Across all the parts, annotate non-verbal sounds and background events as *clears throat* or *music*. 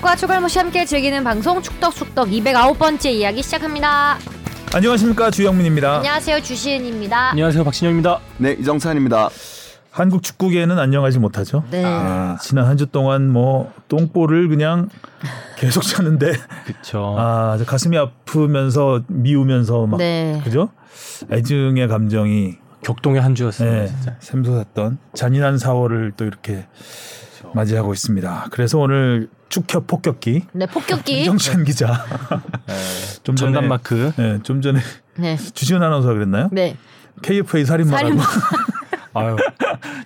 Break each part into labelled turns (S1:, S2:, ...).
S1: 과 추갈모씨 함께 즐기는 방송 축덕축덕 209번째 이야기 시작합니다.
S2: 안녕하십니까 주영민입니다.
S1: 안녕하세요 주시은입니다.
S3: 안녕하세요 박신영입니다.
S4: 네 이정찬입니다.
S2: 한국 축구계는 안녕하지 못하죠.
S1: 네.
S2: 아, 지난 한 주 동안 뭐 똥볼을 그냥 *laughs* 계속 차는데
S3: 그쵸.
S2: 아, 저 가슴이 아프면서 미우면서 막
S1: 네.
S2: 그죠? 애증의 감정이
S3: 격동의 한 주였어요.
S2: 네,
S3: 진짜.
S2: 샘솟았던 잔인한 4월을 또 이렇게
S3: 그렇죠.
S2: 맞이하고 있습니다. 그래서 오늘 축협 폭격기
S1: 네 폭격기.
S2: 아, 이정찬 기자 *laughs* 좀 전에
S3: 네. 전담 마크.
S2: 네, 좀 전에 *laughs*
S1: 네.
S2: 주시은 아나운서가 그랬나요?
S1: 네.
S2: KFA 살인마라고
S1: 살인마.
S3: 아유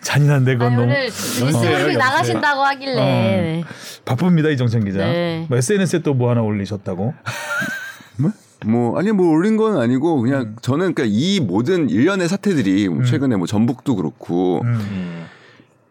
S2: 잔인한데 그건
S1: 아니,
S2: 너무 어.
S1: 오늘 뉴스를 나가신다고 하길래. 네.
S2: 바쁩니다 이정찬 기자.
S1: 네.
S2: 뭐 SNS에 또 뭐 하나 올리셨다고.
S4: 뭐 아니 뭐 올린 건 아니고 그냥
S2: 음.
S4: 저는 그러니까 이 모든 일련의 사태들이 최근에 뭐 전북도 그렇고
S2: 음,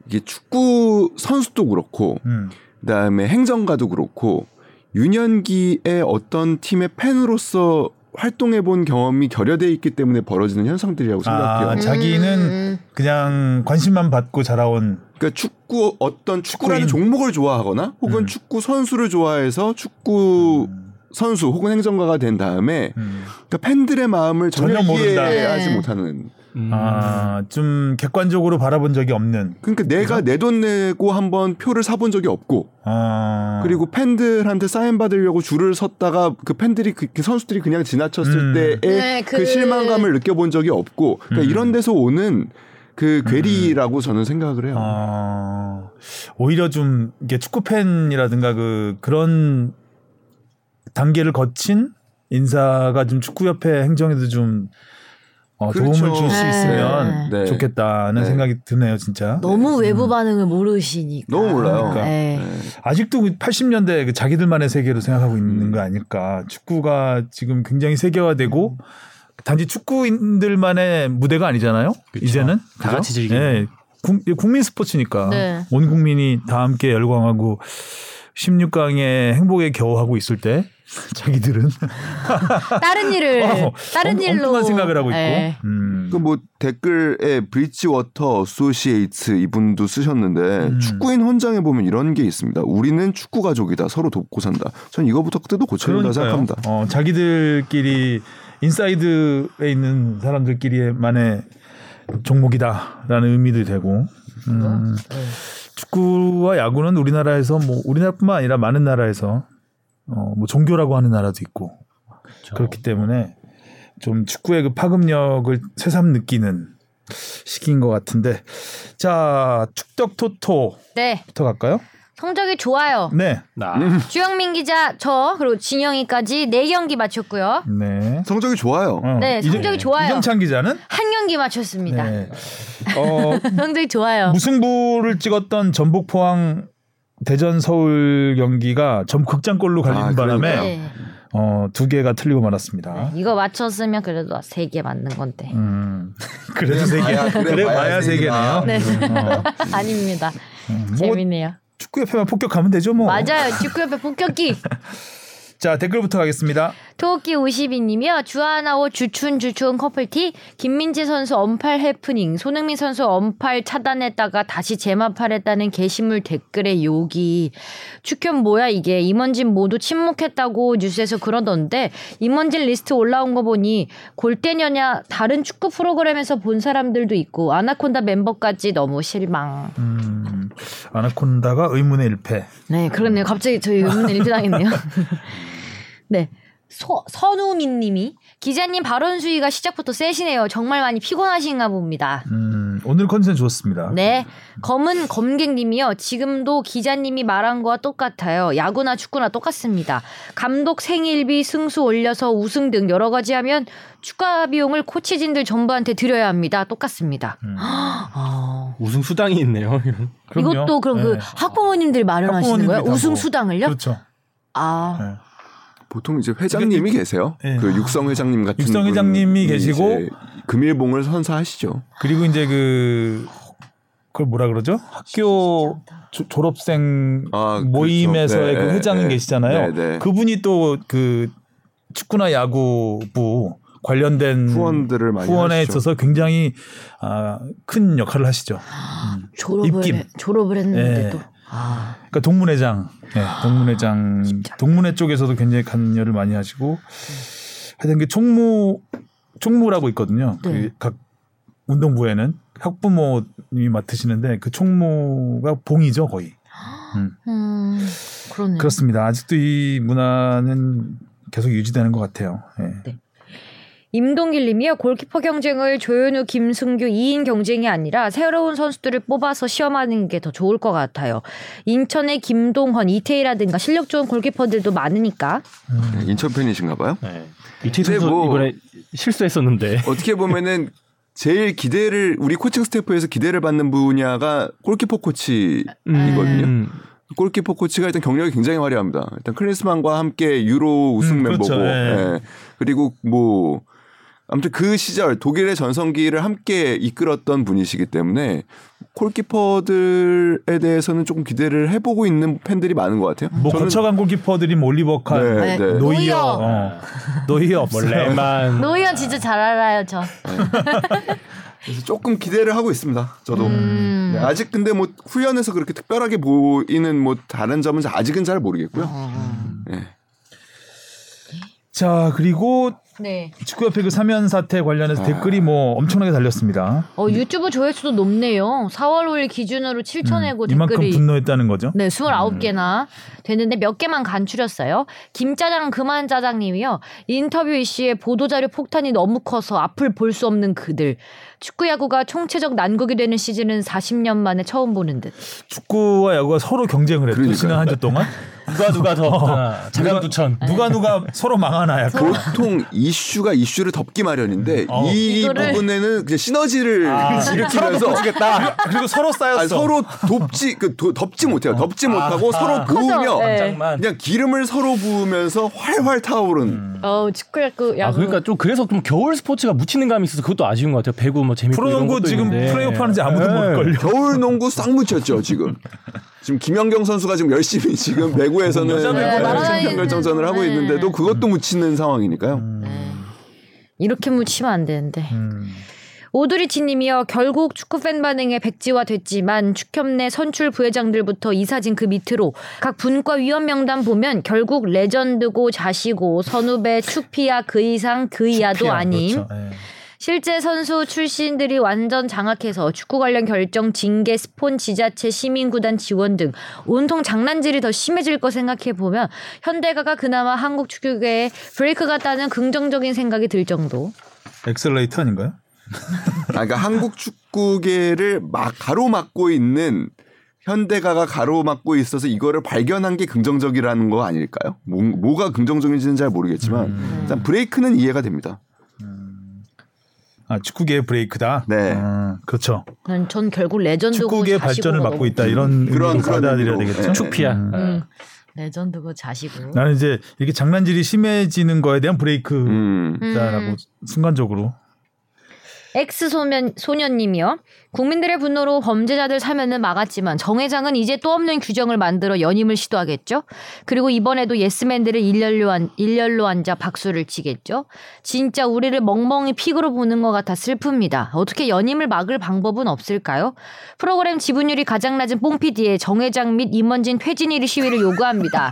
S4: 이게 축구 선수도 그렇고
S2: 음.
S4: 그다음에 행정가도 그렇고 유년기에 어떤 팀의 팬으로서 활동해 본 경험이 결여돼 있기 때문에 벌어지는 현상들이라고 생각해요.
S2: 아,
S1: 음.
S2: 자기는 그냥 관심만 받고 자라온
S4: 그러니까 축구 어떤 축구라는
S2: 축구인.
S4: 종목을 좋아하거나 혹은
S2: 음.
S4: 축구 선수를 좋아해서 축구 선수 혹은 행정가가 된 다음에
S2: 음.
S4: 그러니까 팬들의 마음을 전혀,
S2: 전혀 모른다.
S4: 이해하지
S1: 네.
S4: 못하는
S3: 음.
S2: 아, 좀 객관적으로 바라본 적이 없는.
S4: 그러니까 내가 내 돈 내고 한번 표를 사본 적이 없고
S2: 아,
S4: 그리고 팬들한테 사인 받으려고 줄을 섰다가 그 팬들이 그, 그 선수들이 그냥
S2: 음.
S4: 지나쳤을 때의
S1: 네,
S4: 그...
S1: 그-
S4: 실망감을 느껴본 적이 없고 그러니까
S2: 음.
S4: 이런 데서 오는 그 괴리라고 저는 생각을 해요.
S2: 아, 오히려 좀 이게 축구 팬이라든가 그 그런 단계를 거친 인사가 좀 축구협회 행정에도 좀 어, 도움을
S4: 그렇죠.
S2: 줄 수
S1: 네.
S2: 있으면
S4: 네.
S2: 좋겠다는
S4: 네.
S2: 생각이 드네요, 진짜.
S1: 너무 외부 반응을 모르시니까.
S4: 너무 몰라요.
S2: 그러니까.
S1: 네.
S2: 아직도 80년대 그 자기들만의 세계로 생각하고 있는
S4: 음.
S2: 거 아닐까. 축구가 지금 굉장히
S3: 음.
S2: 세계화되고 단지 축구인들만의 무대가 아니잖아요.
S3: 그쵸.
S2: 이제는
S3: 다
S2: 그죠?
S3: 같이 즐기는.
S2: 예. 국- 국민 스포츠니까
S1: 네.
S2: 온 국민이 다 함께 열광하고 16강의 행복에 겨우하고 있을 때 *laughs* 자기들은
S1: 다른
S2: *laughs*
S1: 일을
S2: 어,
S1: 네. 다른
S2: 엉-
S1: 일로
S2: 엉뚱한 생각을 하고 있고
S1: 네.
S2: 음.
S4: 그 뭐 댓글에 브릿지워터 어소시에이츠 이분도 쓰셨는데
S2: 음.
S4: 축구인 헌장에 보면 이런 게 있습니다. 우리는 축구 가족이다. 서로 돕고 산다. 전 이거부터 뜯어 고쳐야 된다
S2: 그러니까요.
S4: 생각합니다.
S2: 어, 자기들끼리 인사이드에 있는 사람들끼리만의 종목이다라는 의미도 되고. 음,
S1: 네.
S2: 축구와 야구는 우리나라에서 뭐 우리나라뿐만 아니라 많은 나라에서 어, 뭐 종교라고 하는 나라도 있고
S3: 그쵸.
S2: 그렇기 때문에 좀 축구의 그 파급력을 새삼 느끼는 시기인 것 같은데 자 축덕 토토부터
S1: 네.
S2: 갈까요?
S1: 성적이 좋아요.
S2: 네,
S3: 나.
S1: 주영민 기자, 저 그리고 진영이까지 4경기 마쳤고요.
S2: 네.
S4: 성적이 좋아요.
S2: 어,
S1: 네,
S2: 이제-
S1: 성적이 좋아요.
S2: 이정찬 기자는
S1: 한 경기 마쳤습니다.
S2: 네. 어,
S1: *laughs* 성적이 좋아요.
S2: 무승부를 찍었던 전북 포항 대전 서울 경기가 전 극장골로 갈리는
S4: 아,
S2: 바람에
S4: 그러니까요.
S1: 네.
S2: 어, 두 개가 틀리고 말았습니다.
S1: 이거 맞췄으면 그래도 세 개 맞는 건데. *laughs*
S2: 음, 그래도 세 개.
S4: 봐야- *laughs* 그래
S2: 그래
S4: 봐야
S2: 봐야 세
S4: 세기다.
S2: 개네요.
S1: 네.
S2: 어,
S1: 아닙니다.
S2: 뭐
S1: 재밌네요.
S2: 축구협회만 폭격하면 되죠 뭐.
S1: 맞아요. 축구협회 폭격기.
S2: 자 댓글부터 가겠습니다.
S1: 토끼 52님이요. 주하나오 주춘 주춘 커플티. 김민재 선수 언팔 해프닝. 손흥민 선수 언팔 차단했다가 다시 재마팔했다는 게시물 댓글의 욕이. 축현 뭐야 이게. 임원진 모두 침묵했다고 뉴스에서 그러던데 임원진 리스트 올라온 거 보니 골대녀냐 다른 축구 프로그램에서 본 사람들도 있고 아나콘다 멤버까지 너무 실망.
S2: 음, 아나콘다가 의문의 일패.
S1: 네, 그렇네요. 갑자기 저희 의문을 일피당했네요. *laughs* 네. 서, 선우민 님이 기자님 발언 수위가 시작부터 세시네요. 정말 많이 피곤하신가 봅니다.
S2: 음, 오늘 컨셉 좋습니다.
S1: 네. 검은 검객 님이요. 지금도 기자님이 말한 거와 똑같아요. 야구나 축구나 똑같습니다. 감독 생일비 승수 올려서 우승 등 여러 가지 하면 추가 비용을 코치진들 전부한테 드려야 합니다. 똑같습니다.
S2: 음.
S1: 아,
S3: 우승 수당이 있네요. 이건.
S2: 그럼요.
S1: 이것도 그럼 그
S2: 네.
S1: 학부모님들이 마련하시는
S2: 학부모님들이
S1: 거예요?
S2: 다
S1: 우승
S2: 뭐.
S1: 수당을요?
S2: 그렇죠.
S1: 아.
S2: 네.
S4: 보통 이제 회장님이 계세요.
S2: 예.
S4: 그 육성 회장님 같은
S2: 그러니까 육성
S4: 분이
S2: 회장님이 계시고
S4: 이제 금일봉을 선사하시죠.
S2: 그리고 이제 그 그걸 뭐라 그러죠? 학교 조- 졸업생
S4: 아, 그렇죠.
S2: 모임에서의
S4: 네,
S2: 그
S4: 네,
S2: 회장님
S4: 네.
S2: 계시잖아요.
S4: 네, 네.
S2: 그분이 또 그 축구나 야구부 관련된
S4: 후원들을 많이
S2: 후원에
S4: 하시죠.
S2: 있어서 굉장히 아, 큰 역할을 하시죠.
S1: 졸업을
S2: 입김.
S1: 해- 졸업을 했는데도
S2: 예.
S1: 아.
S2: 그러니까 동문회장, 네, 동문회장, 동문회 쪽에서도 굉장히 간여를 많이 하시고 하여튼 그 총무 총무라고 있거든요.
S1: 네.
S2: 그 각 운동부에는 학부모님이 맡으시는데 그 총무가 봉이죠 거의.
S1: 음, 그렇네요.
S2: 그렇습니다. 아직도 이 문화는 계속 유지되는 것 같아요. 예.
S1: 임동길 님이요. 골키퍼 경쟁을 조현우, 김승규 2인 경쟁이 아니라 새로운 선수들을 뽑아서 시험하는 게 더 좋을 것 같아요. 인천의 김동헌, 이태희라든가 실력 좋은 골키퍼들도 많으니까.
S4: 인천 팬이신가 봐요.
S3: 네. 이태희
S4: 근데
S3: 선수
S4: 뭐-
S3: 이번에 실수했었는데.
S4: 어떻게 보면은 제일 기대를 우리 코칭 스태프에서 기대를 받는 분야가 골키퍼 코치 이거든요.
S3: 음,
S4: 골키퍼 코치가 일단 경력이 굉장히 화려합니다. 일단 클리스만과 함께 유로 우승
S2: 음,
S4: 멤버고,
S2: 그렇죠. 예.
S4: 예. 그리고 뭐 아무튼 그 시절 독일의 전성기를 함께 이끌었던 분이시기 때문에 골키퍼들에 대해서는 조금 기대를 해보고 있는 팬들이 많은 것 같아요.
S2: 뭐 거쳐간 골키퍼들이 뭐 올리버카,
S4: 네, 네.
S2: 노이어,
S1: 노이어.
S2: 어. 노이어 없어요.
S3: 원래만
S1: 노희연 진짜 잘 알아요, 저.
S4: 그래서 조금 기대를 하고 있습니다. 저도
S1: 음.
S4: 네, 아직 근데 뭐 후연에서 그렇게 특별하게 보이는 뭐 다른 점은 아직은 잘 모르겠고요.
S1: 어.
S4: 예.
S2: 자 그리고
S1: 네.
S2: 축구협회 그 사면 사태 관련해서
S4: 아.
S2: 댓글이 뭐 엄청나게 달렸습니다.
S1: 어, 유튜브 조회수도 높네요. 4월 5일 기준으로 7,000회고
S2: 음, 이만큼
S1: 댓글이.
S2: 분노했다는 거죠.
S1: 네,
S3: 음.
S1: 29개나 됐는데 몇 개만 간추렸어요. 김짜장 그만 짜장님이요. 인터뷰 이씨의 보도자료 폭탄이 너무 커서 앞을 볼 수 없는 그들. 축구야구가 총체적 난국이 되는 시즌은 40년 만에 처음 보는 듯.
S2: 축구와 야구가 서로 경쟁을 했죠.
S4: 그러니까요.
S2: 지난 한 주 동안
S3: 누가 누가 더 자강두천.
S2: 어.
S1: 네.
S2: 누가 누가 서로 망하나 약간
S4: *laughs* 보통 이슈가 이슈를 덮기 마련인데
S2: 어.
S4: 이
S1: 이거를- 아.
S4: 부분에는 그냥 시너지를 일으키면서
S2: 그리고 서로 쌓였어.
S4: 아니, 서로 돕지 그 도- 덮지 못해요. 덮지 못하고 서로 부으며
S1: 아. 네.
S3: 장만.
S4: 그냥 기름을 서로 부으면서 활활 타오른
S1: 어, 축구야구
S3: 아
S1: 야구.
S3: 그러니까 좀 그래서 좀 겨울 스포츠가 묻히는 감이 있어서 그것도 아쉬운 것 같아요. 배구 뭐 재밌고 이런
S2: 프로농구
S3: 것도
S2: 지금
S3: 있는데.
S2: 플레이오프 하는지 아무도
S4: 네.
S2: 모를걸요.
S4: 겨울 농구 싹 묻혔죠 지금. 지금 김연경 선수가 지금 열심히
S1: *laughs*
S4: 지금 배구에서는
S2: 여자 배구에
S4: 네, 챔피언
S1: 있는,
S4: 결정전을 하고
S1: 네. 음.
S4: 있는데도 그것도 묻히는 상황이니까요.
S1: 이렇게 묻히면 안 되는데.
S2: 음.
S1: 오드리치님이요. 결국 축구 팬 반응에 백지화 됐지만 축협 내 선출 부회장들부터 이사진 그 밑으로 각 분과 위원 명단 보면 결국 레전드고 자시고 선후배 축피야 그 이상 그
S4: 네,
S1: 이하도
S2: 피아,
S1: 아님.
S2: 그렇죠. 예.
S1: 실제 선수 출신들이 완전 장악해서 축구 관련 결정 징계 스폰 지자체 시민구단 지원 등 온통 장난질이 더 심해질 거 생각해 보면 현대가가 그나마 한국 축구계에 브레이크 같다는 긍정적인 생각이 들 정도.
S2: 엑셀레이터 아닌가요?
S4: 아, 그러니까 한국 축구계를 막 가로막고 있는 현대가가 가로막고 있어서 이거를 발견한 게 긍정적이라는 거 아닐까요? 뭐, 가 긍정적인지는 잘 모르겠지만 일단 브레이크는 이해가 됩니다.
S2: 아 축구계의 브레이크다.
S4: 네.
S2: 아, 그렇죠.
S1: 난 전 결국 레전드고
S2: 축구계
S1: 자시고가
S2: 발전을 막고
S1: 너무-
S2: 있다 이런
S4: 그런-
S2: 의미로
S4: 그런
S2: 받아들여야
S4: 의미로.
S2: 되겠죠.
S4: 예.
S3: 네. 축피야. 아,
S1: 음, 레전드고 자시고.
S2: 나는 이제 이렇게 장난질이 심해지는 거에 대한 브레이크다라고
S4: 음.
S1: 음.
S2: 순간적으로
S1: 엑스 소면 소년님이요. 국민들의 분노로 범죄자들 사면은 막았지만 정 회장은 이제 또 없는 규정을 만들어 연임을 시도하겠죠. 그리고 이번에도 예스맨들을 일렬로 안, 일렬로 앉아 박수를 치겠죠. 진짜 우리를 멍멍이 픽으로 보는 것 같아 슬픕니다. 어떻게 연임을 막을 방법은 없을까요? 프로그램 지분율이 가장 낮은 뽕피디의 정 회장 및 임원진 퇴진일이 시위를
S3: *laughs*
S1: 요구합니다.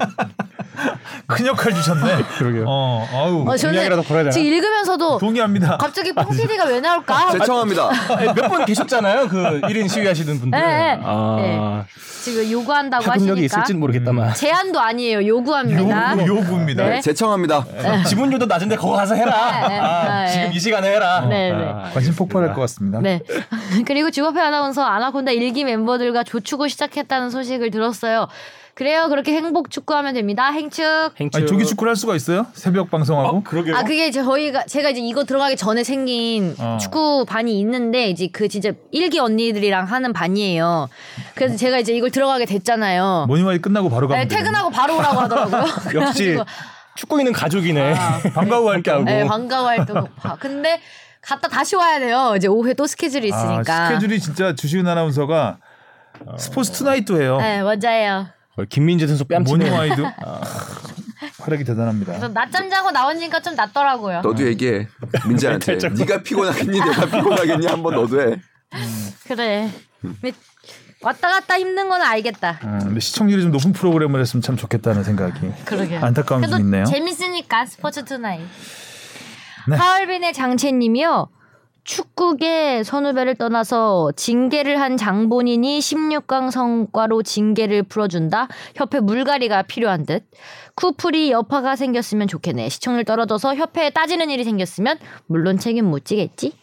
S2: 큰 역할
S4: *laughs*
S2: 주셨네.
S3: 그러게요.
S2: 어, 아우.
S1: 어, 저는
S3: 공약이라도 걸어야 되나?
S1: 지금 읽으면서도
S2: 동의합니다.
S1: 갑자기
S3: 아,
S1: 뽕피디가 왜 나올까?
S4: 제청합니다.
S3: 몇 분 계셨잖아요. 그 1인 시위하시는 분들.
S1: 네, 네.
S3: 아,
S1: 지금 요구한다고
S3: 파급력이
S1: 하시니까.
S3: 있을진 모르겠다만.
S1: 제안도 아니에요. 요구합니다.
S2: 요구, 요구입니다.
S1: 네.
S4: 제청합니다.
S3: 지분율도 낮은데 거기 가서 해라.
S1: 네,
S3: 아,
S1: 네.
S3: 지금 이 시간에 해라.
S1: 네, 네.
S3: 아,
S2: 관심 폭발할 것 같습니다.
S1: 네. *laughs* 그리고 주거회 아나운서 아나콘다 일기 멤버들과 조축을 시작했다는 소식을 들었어요. 그래요. 그렇게 행복 축구하면 됩니다. 행축.
S3: 행추.
S2: 아니 조기 축구를 할 수가 있어요? 새벽 방송하고?
S3: 그러게요.
S1: 아 그게 저희가 제가 이제 이거 들어가기 전에 생긴
S2: 어.
S1: 축구 반이 있는데 이제 그 진짜 일기 언니들이랑 하는 반이에요. 그래서 제가 이제 이걸 들어가게 됐잖아요.
S2: 모니마이 끝나고 바로
S1: 네,
S2: 가면 되겠네. *laughs*
S1: 퇴근하고 바로 오라고 하더라고요.
S3: 역시
S1: 그래가지고
S3: 축구인은 가족이네. *laughs*
S2: 반가워 할게 하고.
S1: 아, 네,
S2: *laughs*
S1: 반가워 활동. 아, 근데 갔다 다시 와야 돼요. 이제 오후에 또 스케줄이
S2: 아,
S1: 있으니까.
S2: 스케줄이 진짜 주시은 아나운서가 스포츠 투나잇도 해요.
S1: 네, 맞아요.
S3: 거의 어, 김민재 선수
S2: 모니
S3: 뺨치네.
S2: 마이도
S1: *laughs*
S2: 아, 활약이
S1: 그래서
S2: 대단합니다.
S1: 낮잠 자고 나오니까 좀 낫더라고요.
S4: 너도 얘기해. 민재한테. 네가 피곤하겠니? 내가 피곤하겠니? 한번 너도 해.
S1: 그래. 근데 왔다 갔다 힘든 건 알겠다.
S2: 음, 근데 시청률이 좀 높은 프로그램을 했으면 참 좋겠다는 생각이
S1: 그러게.
S2: 안타까움이 좀
S1: 그래도
S2: 있네요.
S1: 재밌으니까 스포츠 투나잇.
S2: 네.
S1: 하얼빈의 장채님이요. 축구계 선후배를 떠나서 징계를 한 장본인이 16강 성과로 징계를 풀어준다. 협회 물갈이가 필요한 듯. 쿠풀이 여파가 생겼으면 좋겠네. 시청률 떨어져서 협회에 따지는 일이 생겼으면 물론 책임 못 지겠지.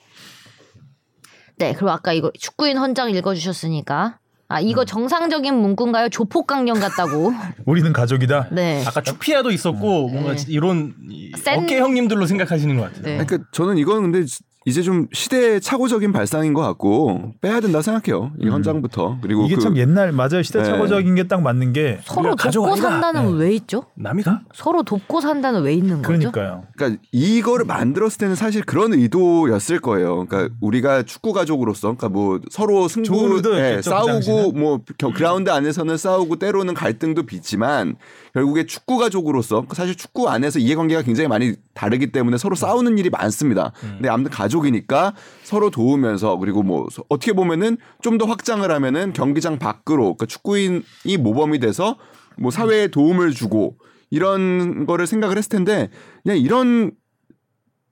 S1: 네, 그리고 아까 이거 축구인 헌장 읽어주셨으니까. 아,
S2: 음.
S1: 이거 정상적인 문구인가요? 조폭강령 같다고. *laughs*
S2: 우리는 가족이다.
S1: 네.
S3: 아까 축피아도 있었고 뭔가
S1: 네.
S3: 이런 이
S1: 센-
S3: 어깨 형님들로 생각하시는 것 같아요.
S1: 네.
S4: 그러니까 저는 이건 근데 지- 이제 좀 시대의 착오적인 발상인 것 같고 빼야 된다 생각해요. 이 헌장부터 그리고
S2: 음. 이게
S4: 그
S2: 참 옛날 맞아요 시대착오적인 게 딱 맞는 게
S1: 서로
S3: 우리가
S1: 돕고
S3: 가져가니까. 네.
S1: 산다는 왜 있죠?
S3: 남이가
S1: 서로 돕고 산다는 왜 있는 거죠?
S2: 그러니까요.
S4: 그러니까 이거를 만들었을 때는 사실 그런 의도였을 거예요. 그러니까 우리가 축구 가족으로서, 그러니까 뭐 서로
S2: 좋은
S4: 승부, 예,
S2: 의도였겠죠, 그
S4: 싸우고
S2: 당시는.
S4: 뭐 겨- 그라운드 안에서는 싸우고 때로는 갈등도 빚지만 결국에 축구 가족으로서 사실 축구 안에서 이해관계가 굉장히 많이 다르기 때문에
S2: 음.
S4: 서로 싸우는 일이 많습니다. 근데 아무튼 가족이니까 서로 도우면서 그리고 뭐 서- 어떻게 보면은 좀 더 확장을 하면은 경기장 밖으로 그러니까 축구인이 모범이 돼서 뭐
S2: 음.
S4: 사회에 도움을 주고 이런 거를 생각을 했을 텐데 그냥 이런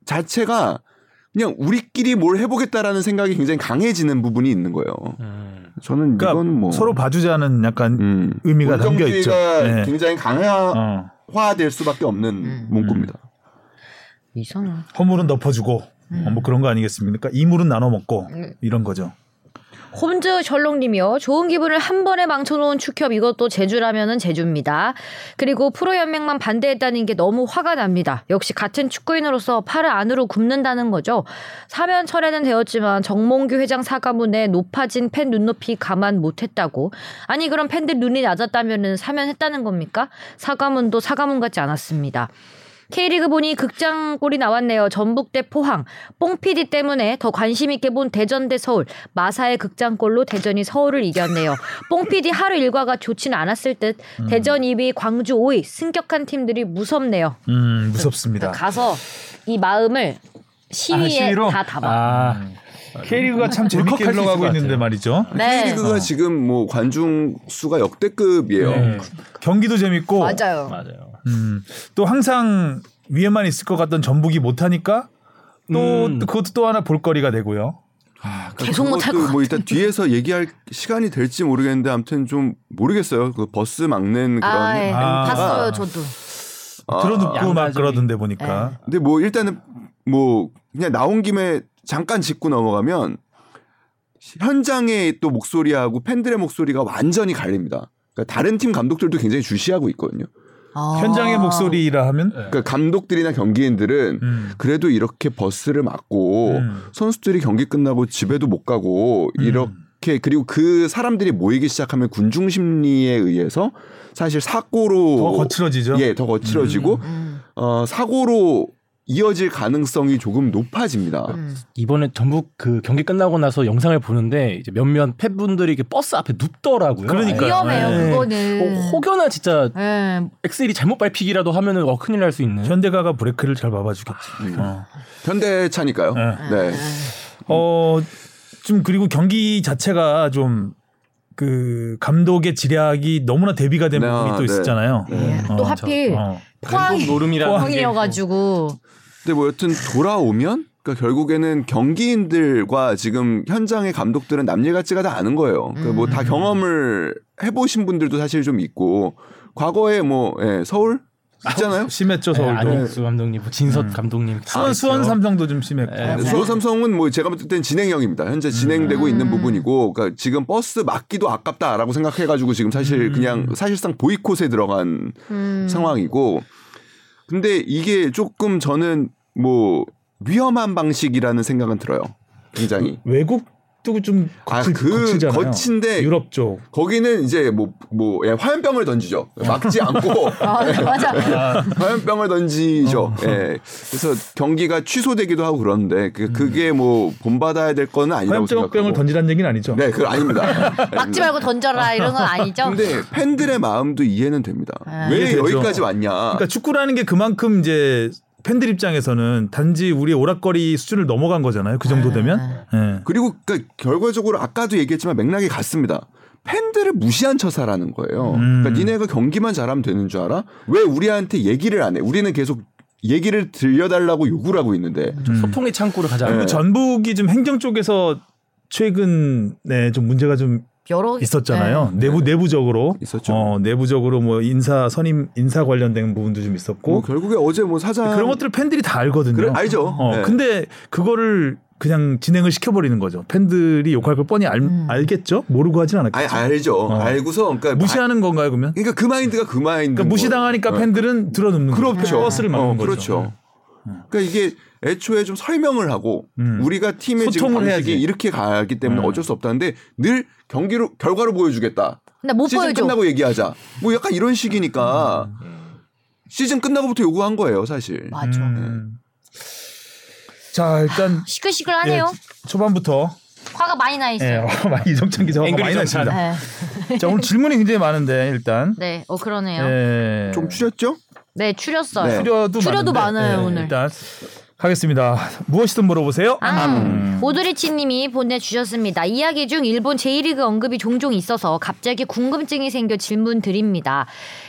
S4: 자체가 그냥 우리끼리 뭘 해보겠다라는 생각이 굉장히 강해지는 부분이 있는 거예요.
S1: 음.
S4: 저는
S2: 그러니까
S4: 이건 뭐
S2: 서로 봐주자는 약간
S4: 음,
S2: 의미가 담겨 있죠.
S4: 본정주의가
S2: 네.
S4: 굉장히 강화될
S2: 어.
S4: 수밖에 없는
S1: 음.
S4: 문구입니다.
S1: 이상해.
S2: 허물은 덮어주고 어, 뭐 그런 거 아니겠습니까? 이물은 나눠 먹고
S1: 음.
S2: 이런 거죠.
S1: 홈즈 절롱님이요. 좋은 기분을 한 번에 망쳐놓은 축협 이것도 제주라면은 제주입니다. 그리고 프로연맹만 반대했다는 게 너무 화가 납니다. 역시 같은 축구인으로서 팔을 안으로 굽는다는 거죠. 사면 철회는 되었지만 정몽규 회장 사과문에 높아진 팬 눈높이 감안 못했다고. 아니 그럼 팬들 눈이 낮았다면은 사면했다는 겁니까? 사과문도 사과문 같지 않았습니다. K리그 보니 극장골이 나왔네요. 전북대 포항. 뽕피디 때문에 더 관심 있게 본 대전 대 서울. 마사의 극장골로 대전이 서울을 이겼네요. 뽕피디 하루 일과가 좋지는 않았을 듯. 대전 2위, 광주 5위. 승격한 팀들이 무섭네요.
S2: 음 무섭습니다.
S1: 가서 이 마음을
S3: 아,
S1: 시위에
S3: 시위로?
S1: 다 담아.
S3: 아,
S2: K리그가 참
S3: 재밌게
S2: 재밌게
S3: 흘러가고
S2: 흘러가고 있는데
S3: 있는데
S2: 말이죠.
S1: 네.
S4: K리그가 지금 뭐 관중 수가 역대급이에요. 그,
S2: 네.
S3: 음.
S2: 경기도 재밌고
S1: 맞아요.
S3: 맞아요.
S2: 음, 또 항상 위에만 있을 것 같던 전북이 못하니까 또
S3: 음.
S2: 그것도 또 하나 볼거리가 되고요.
S4: 그러니까
S1: 계속 못할
S4: 그것도
S1: 것
S4: 뭐 일단 뒤에서 얘기할 시간이 될지 모르겠는데 아무튼 좀 모르겠어요. 그 버스 막는 그런
S1: 아, 예.
S2: 아.
S1: 봤어요, 저도.
S4: 아,
S2: 들어눕고 막
S3: 양가적인-
S2: 그러던데 보니까
S4: 근데 뭐 일단은 뭐 그냥 나온 김에 잠깐 짚고 넘어가면 현장의 또 목소리하고 팬들의 목소리가 완전히 갈립니다. 그러니까 다른 팀 감독들도 굉장히 주시하고 있거든요.
S1: 아.
S2: 현장의 목소리라 하면
S4: 그러니까 감독들이나 경기인들은
S2: 음.
S4: 그래도 이렇게 버스를 막고
S2: 음.
S4: 선수들이 경기 끝나고 집에도 못 가고 이렇게 그리고 그 사람들이 모이기 시작하면 군중 심리에 의해서 사실 사고로
S2: 더 거칠어지죠.
S4: 예, 더 거칠어지고
S1: 음,
S4: 어, 사고로 이어질 가능성이 조금 높아집니다.
S1: 음.
S3: 이번에 전북 그 경기 끝나고 나서 영상을 보는데 이제 몇몇 팬분들이 이렇게 버스 앞에 눕더라고요.
S2: 그러니까요.
S1: 위험해요,
S2: 네.
S3: 아예.
S1: 그거는.
S3: 어, 혹여나 진짜
S1: 예,
S3: 엑셀이 잘못 밟히기라도 하면은 어 큰일 날 수 있는.
S2: 현대가가 브레이크를 잘 밟아주겠지.
S4: 음.
S2: 어.
S4: 현대차니까요.
S2: 예.
S1: 아.
S4: 네.
S2: 어, 좀 그리고 경기 자체가 좀 그 감독의 지략이 너무나 대비가 된
S4: 네,
S2: 부분이 또
S4: 네.
S2: 있었잖아요.
S1: 예.
S2: 어,
S1: 또
S2: 저-
S1: 하필
S2: 어.
S1: 포항이
S3: 노름이라는
S1: 포항이어가지고
S4: 근데 뭐 여튼 돌아오면 그러니까 결국에는 경기인들과 지금 현장의 감독들은 남일 같지가 다 않은 거예요. 그 뭐 다 경험을 해보신 분들도 사실 좀 있고 과거에 뭐 예, 서울 있잖아요. 아,
S2: 심했죠
S3: 네,
S2: 서울도.
S3: 안익수 감독님, 뭐 진섭 감독님, 다
S2: 수원 수원
S3: 있죠.
S2: 삼성도 좀 심했고.
S3: 네.
S4: 수호 삼성은 뭐 제가 볼 때는 진행형입니다. 현재 진행되고 있는 부분이고, 그러니까 지금 버스 막기도 아깝다라고 생각해가지고 지금 사실 그냥 사실상 보이콧에 들어간
S1: 음.
S4: 상황이고, 근데 이게 조금 저는 뭐 위험한 방식이라는 생각은 들어요. 굉장히.
S2: 외국도 좀
S4: 아,
S2: 거칠,
S4: 그
S2: 거칠잖아요.
S4: 거친데
S2: 유럽 쪽.
S4: 거기는 이제 뭐, 뭐, 예, 화염병을 던지죠. 막지
S2: *laughs*
S4: 않고.
S1: 아, 네, 맞아.
S4: 화염병을 던지죠.
S2: 어.
S4: 예. 그래서 경기가 취소되기도 하고 그러는데 그- 그게 뭐 본받아야 될 거는 아니라고
S2: 음. 화염병을
S4: 생각하고.
S2: 던지라는 얘기는 아니죠.
S4: 네, 그거
S2: *laughs*
S4: 아닙니다. 예.
S1: 막지 말고 던져라 이런 건 아니죠?
S4: 근데 팬들의 마음도 이해는 됩니다.
S1: 아.
S4: 왜
S2: 이해되죠.
S4: 여기까지 왔냐?
S2: 그러니까 축구라는 게 그만큼 이제 팬들 입장에서는 단지 우리 오락거리 수준을 넘어간 거잖아요. 그 정도 되면. 예.
S4: 그리고 그러니까 결과적으로 아까도 얘기했지만 맥락이 같습니다. 팬들을 무시한 처사라는 거예요.
S2: 음.
S4: 그러니까 니네가 경기만 잘하면 되는 줄 알아? 왜 우리한테 얘기를 안 해? 우리는 계속 얘기를 들려달라고 요구를 하고 있는데
S2: 음.
S3: 소통의 창구를 가자.
S4: 네.
S2: 전북이 좀 행정 쪽에서 최근에 네, 좀 문제가 좀
S1: 여러 네.
S2: 있었잖아요. 내부 내부적으로
S4: 네. 있었죠.
S2: 어, 내부적으로 뭐 인사 선임 인사 관련된 부분도 좀
S4: 뭐
S2: 있었고 네,
S4: 결국에 어제 뭐 사장
S2: 그런 것들을 팬들이 다 알거든요.
S4: 그래, 알죠.
S2: 어,
S4: 네.
S2: 근데 그거를 그냥 진행을 시켜버리는 거죠. 팬들이 욕할 걸 뻔히 알,
S1: 음.
S2: 알겠죠? 모르고 하진
S4: 아,
S2: 않았겠죠.
S4: 알죠.
S2: 어.
S4: 알고서 그러니까 마-
S2: 무시하는 건가요, 그러면?
S4: 그러니까 그 마인드가 그 마인드.
S2: 그러니까 무시당하니까
S4: 어.
S2: 팬들은 들어눕는 거죠. 네,
S4: 그렇죠.
S2: 버스를 막는
S4: 어,
S2: 거죠. 네.
S4: 그렇죠. 그러니까 이게 애초에 좀 설명을 하고
S2: 음.
S4: 우리가 팀의 지금
S2: 소통을
S4: 방식이
S2: 해야지. 음.
S4: 이렇게 가기 때문에 어쩔 수 없다는데 늘 경기로 결과로 보여주겠다.
S1: 근데 못
S4: 시즌
S1: 보여줘.
S4: 끝나고 얘기하자. 뭐 약간 이런 식이니까 시즌 끝나고부터 요구한 거예요, 사실.
S1: 맞아.
S4: 네.
S2: 음. 자 일단
S1: 시끌시끌하네요.
S2: 예, 초반부터
S1: 화가 많이 나
S2: 예,
S1: 있어요.
S2: 많이 이정찬 기자 화가
S3: 앵그리
S2: 많이
S3: 정찬.
S2: 났습니다.
S1: 네.
S2: 자 오늘 질문이 굉장히 많은데 일단
S1: 네, 어 그러네요. 네,
S2: 예.
S4: 좀 추렸죠?
S1: 추렸어요.
S4: 네.
S2: 추려도
S1: 추려도
S2: 많은데,
S1: 많아요,
S2: 예,
S1: 오늘.
S2: 일단 하겠습니다. 무엇이든 물어보세요. 음.
S1: 아, 오드리치님이 보내주셨습니다. 이야기 중 일본 J리그 언급이 종종 있어서 갑자기 궁금증이 생겨 질문 드립니다.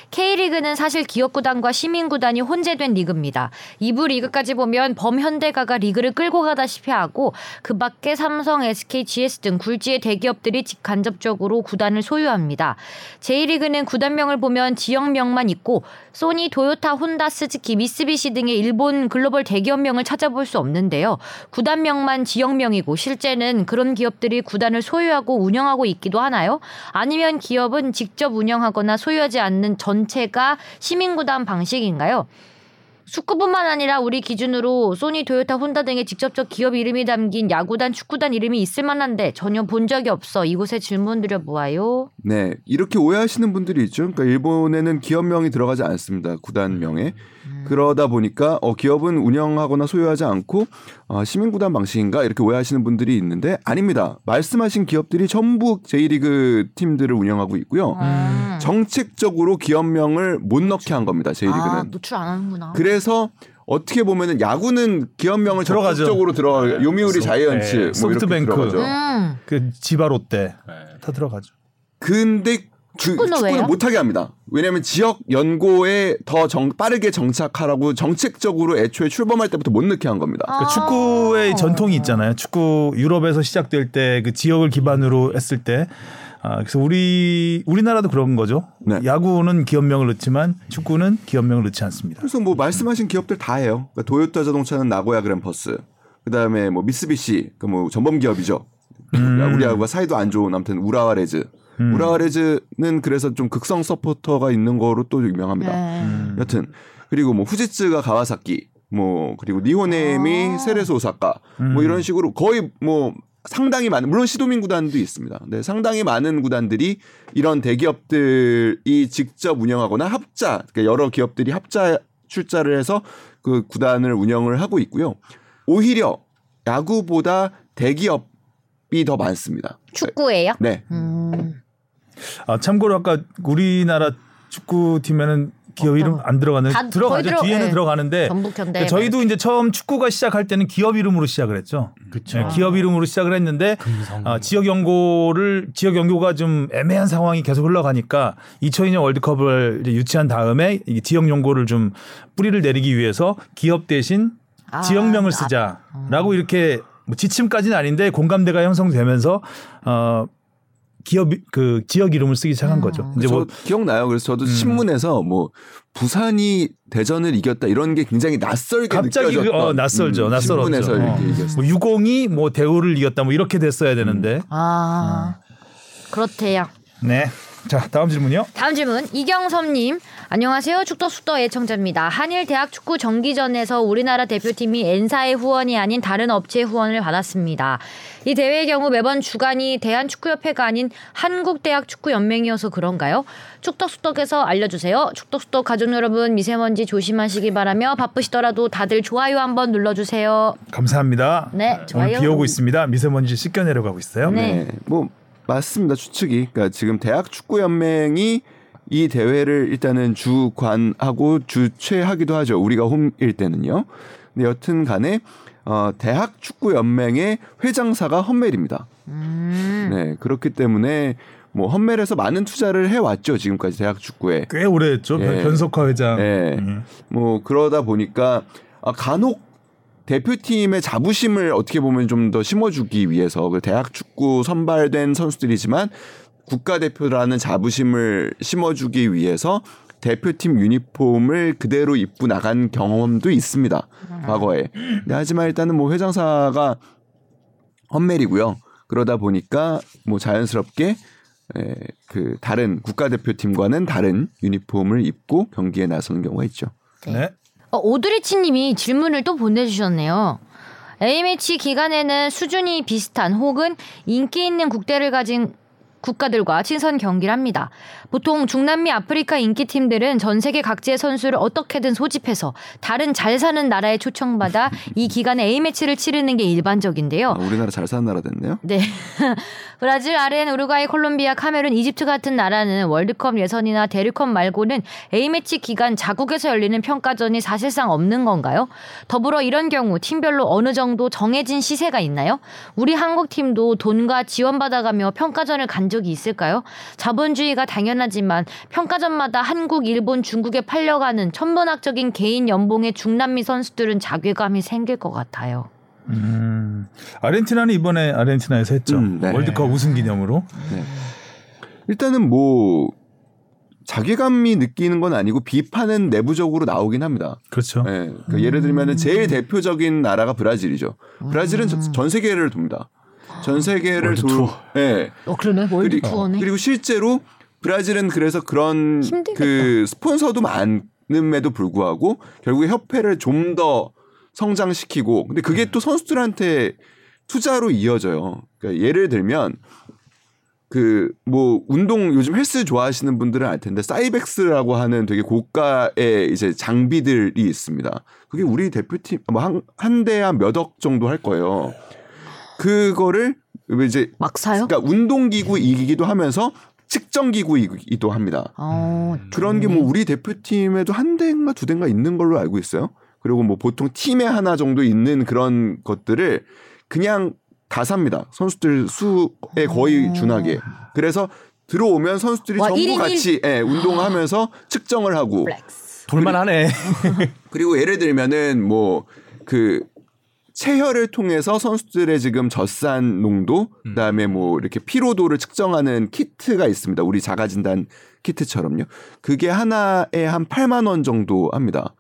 S1: K리그는 사실 기업구단과 시민구단이 혼재된 리그입니다. 2부 리그까지 보면 범현대가가 리그를 끌고 가다시피 하고 그 밖에 삼성, SK, GS 등 굴지의 대기업들이 직간접적으로 구단을 소유합니다. J리그는 구단명을 보면 지역명만 있고 소니, 도요타, 혼다, 스즈키, 미쓰비시 등의 일본 글로벌 대기업명을 찾아볼 수 없는데요. 구단명만 지역명이고 실제는 그런 기업들이 구단을 소유하고 운영하고 있기도 하나요? 아니면 기업은 직접 운영하거나 소유하지 않는 전체가 시민구단 방식인가요? 축구뿐만 아니라 우리 기준으로 소니, 도요타, 혼다 등의 직접적 기업 이름이 담긴 야구단, 축구단 이름이 있을 만한데 전혀 본 적이 없어 이곳에 질문 드려보아요.
S4: 네. 이렇게 오해하시는 분들이 있죠. 그러니까 일본에는 기업명이 들어가지 않습니다. 구단명에.
S1: 음.
S4: 그러다 보니까 어, 기업은 운영하거나 소유하지 않고 아, 시민구단 방식인가 이렇게 오해하시는 분들이 있는데 아닙니다. 말씀하신 기업들이 전부 J리그 팀들을 운영하고 있고요.
S2: 음.
S1: 아,
S4: 정책적으로 기업명을 못 넣게 한 겁니다.
S1: 아,
S4: J리그는.
S1: 노출 안 하는구나.
S4: 그래서 어떻게 보면은 야구는 기업명을
S2: 들어가죠.
S4: 적극적으로 들어가 요미우리
S3: 소-
S4: 자이언츠
S3: 네,
S4: 뭐
S2: 소프트뱅크.
S4: 이렇게 들어가죠.
S1: 음.
S2: 그 지바롯데
S3: 네.
S2: 다 들어가죠.
S4: 근데 주,
S1: 축구는
S4: 축구는
S1: 왜요?
S4: 못하게 합니다. 왜냐하면 지역 연고에 더 정- 빠르게 정착하라고 정책적으로 애초에 출범할 때부터 못 넣게 한 겁니다.
S1: 아.
S2: 그러니까 축구의 전통이 있잖아요. 축구 유럽에서 시작될 때 그 지역을 기반으로 했을 때 아, 그래서 우리 우리나라도 그런 거죠.
S4: 네.
S2: 야구는 기업명을 넣지만 축구는 기업명을 넣지 않습니다.
S4: 그래서 뭐 말씀하신 기업들 다 해요. 그러니까 도요타 자동차는 나고야 그랜퍼스, 그다음에 뭐 미쓰비시, 그 뭐 전범 기업이죠. 그러니까 우리하고 사이도 안 좋은 아무튼 우라와레즈. 우라와레즈는 그래서 좀 극성 서포터가 있는 거로 또 유명합니다.
S1: 네.
S4: 여튼 그리고 뭐 후지츠가 가와사키 뭐 그리고 니혼엠이
S1: 아.
S4: 세레소 오사카
S1: 음.
S4: 뭐 이런 식으로 거의 뭐 상당히 많은 물론 시도민 구단도 있습니다. 근데 상당히 많은 구단들이 이런 대기업들이 직접 운영하거나 합자 그러니까 여러 기업들이 합자 출자를 해서 그 구단을 운영을 하고 있고요. 오히려 야구보다 대기업이 더 많습니다.
S1: 축구예요?
S4: 네.
S1: 음.
S2: 아, 참고로 아까 우리나라 축구 팀에는 기업 이름 안 들어가는
S1: 다 거의
S2: 들어가죠.
S1: 들어-
S2: 뒤에는
S1: 예. 네,
S2: 들어가는데
S1: 전북 현대.
S2: 그러니까 저희도 이제 처음 축구가 시작할 때는 기업 이름으로 시작을 했죠.
S3: 그쵸.
S2: 네, 기업 이름으로 시작을 했는데
S3: 금성.
S2: 아, 지역 연고를 지역 연고가 좀 애매한 상황이 계속 흘러가니까 2002년 월드컵을 이제 유치한 다음에 이 지역 연고를 좀 뿌리를 내리기 위해서 기업 대신
S1: 아,
S2: 지역명을 쓰자라고 이렇게 뭐 지침까지는 아닌데 공감대가 형성되면서 어 기업 이- 그 지역 이름을 쓰기 시작한
S1: 음.
S2: 거죠. 이제
S4: 저
S2: 뭐
S4: 기억나요. 그래서 저도 신문에서 뭐 부산이 대전을 이겼다 이런 게 굉장히 낯설게
S2: 갑자기 그,
S4: 느껴졌던
S2: 어, 낯설죠.
S4: 음,
S2: 낯설었죠.
S4: 신문에서 이렇게
S2: 어.
S4: 얘기했어요.
S2: 뭐 유공이 뭐 대우를 이겼다 뭐 이렇게 됐어야 되는데.
S1: 아. 그렇대요.
S2: 네. 자, 다음 질문이요.
S1: 다음 질문 이경섭님 안녕하세요 축덕숙덕 애청자입니다 한일 대학 축구 정기전에서 우리나라 대표팀이 엔사의 후원이 아닌 다른 업체의 후원을 받았습니다 이 대회의 경우 매번 주관이 대한축구협회가 아닌 한국대학축구연맹이어서 그런가요 축덕숙덕에서 알려주세요 축덕숙덕 가족 여러분 미세먼지 조심하시기 바라며 바쁘시더라도 다들 좋아요 한번 눌러주세요
S2: 감사합니다.
S1: 네 좋아요
S2: 오늘 비 오고 있습니다. 미세먼지 씻겨 내려가고 있어요.
S1: 네.
S4: 네. 뭐 맞습니다. 추측이. 그러니까 지금 대학 축구 연맹이 이 대회를 일단은 주관하고 주최하기도 하죠. 우리가 홈일 때는요. 근데 여튼 간에 어, 대학
S2: 음.
S4: 축구 연맹의 회장사가 헌멜입니다. 네. 그렇기 때문에 뭐 험멜에서 많은 투자를 해왔죠 지금까지 대학 축구에.
S2: 꽤 오래 했죠.
S4: 예.
S2: 변석화 회장.
S4: 예.
S2: 음.
S4: 뭐 그러다 보니까 아, 간혹 대표팀의 자부심을 어떻게 보면 좀 더 심어주기 위해서 그 대학 축구 선발된 선수들이지만 국가대표라는 자부심을 심어주기 위해서 대표팀 유니폼을 그대로 입고 나간 경험도 있습니다. 과거에. 근데 하지만 일단은 뭐 회장사가 험멜이고요. 그러다 보니까 뭐 자연스럽게 에, 그 다른 국가대표팀과는 다른 유니폼을 입고 경기에 나서는 경우가 있죠.
S2: 네.
S1: 어, 오드리치님이 질문을 또 보내주셨네요. AMH 기간에는 수준이 비슷한 혹은 인기 있는 국대를 가진 국가들과 친선 경기를 합니다. 보통 중남미 아프리카 인기팀들은 전 세계 각지의 선수를 어떻게든 소집해서 다른 잘 사는 나라에 초청받아 이 기간에 A매치를 치르는 게
S3: 어.
S1: 일반적인데요.
S4: 아, 우리나라 잘 사는 나라 됐네요.
S1: 네. *laughs* 브라질, 아르헨, 우루과이, 콜롬비아, 카메룬, 이집트 같은 나라는 월드컵 예선이나 대륙컵 말고는 A매치 기간 자국에서 열리는 평가전이 사실상 없는 건가요? 더불어 이런 경우 팀별로 어느 정도 정해진 시세가 있나요? 우리 한국 팀도 돈과 지원받아가며 평가전을 간 적이 있을까요? 자본주의가 당연하지만 평가전마다 한국, 일본, 중국에 팔려가는 천문학적인 개인 연봉의 중남미 선수들은 자괴감이 생길 것 같아요.
S2: 음. 아르헨티나는 이번에 아르헨티나에서 했죠.
S4: 음, 네.
S2: 월드컵 우승 기념으로.
S4: 일단은 뭐 자괴감이 느끼는 건 아니고 비판은 내부적으로 나오긴 합니다.
S2: 그렇죠.
S4: 예. 그러니까 예를 들면
S3: 음.
S4: 은 제일 대표적인 나라가 브라질이죠. 브라질은 저- 전 세계를 돕니다. 전 세계를
S3: 월드
S4: 돌-
S3: 투어.
S4: 예.
S1: 어, 그러네.
S4: 그리- 그리고 실제로 브라질은 그래서 그런
S1: 힘들겠다.
S4: 그 스폰서도 많음에도 불구하고 결국에 협회를 좀 더 성장시키고 근데 그게 또 선수들한테 투자로 이어져요. 그러니까 예를 들면 그 뭐 운동 요즘 헬스 좋아하시는 분들은 알 텐데 사이벡스라고 하는 되게 고가의 이제 장비들이 있습니다. 그게 우리 대표팀 뭐한한 대에 한 몇 억 정도 할 거예요. 그거를 이제
S1: 막 사요?
S4: 그러니까 운동기구이기도 하면서 측정기구이기도 합니다.
S1: 어,
S2: 음.
S4: 그런 게 뭐 우리 대표팀에도 한 대인가 두 대인가 있는 걸로 알고 있어요. 그리고 뭐 보통 팀에 하나 정도 있는 그런 것들을 그냥 다 삽니다. 선수들 수에 거의 준하게. 그래서 들어오면 선수들이
S1: 아. 와,
S4: 전부
S1: 일인 일.
S4: 같이 예, 운동하면서 측정을 하고
S1: 플렉스.
S3: 돌만하네.
S4: 그리고 예를 들면은 뭐 그 체혈을 통해서 선수들의 지금 젖산 농도 그다음에 뭐 이렇게 피로도를 측정하는 키트가 있습니다. 우리 자가진단 키트처럼요. 그게 하나에 한 8만 원 정도 합니다.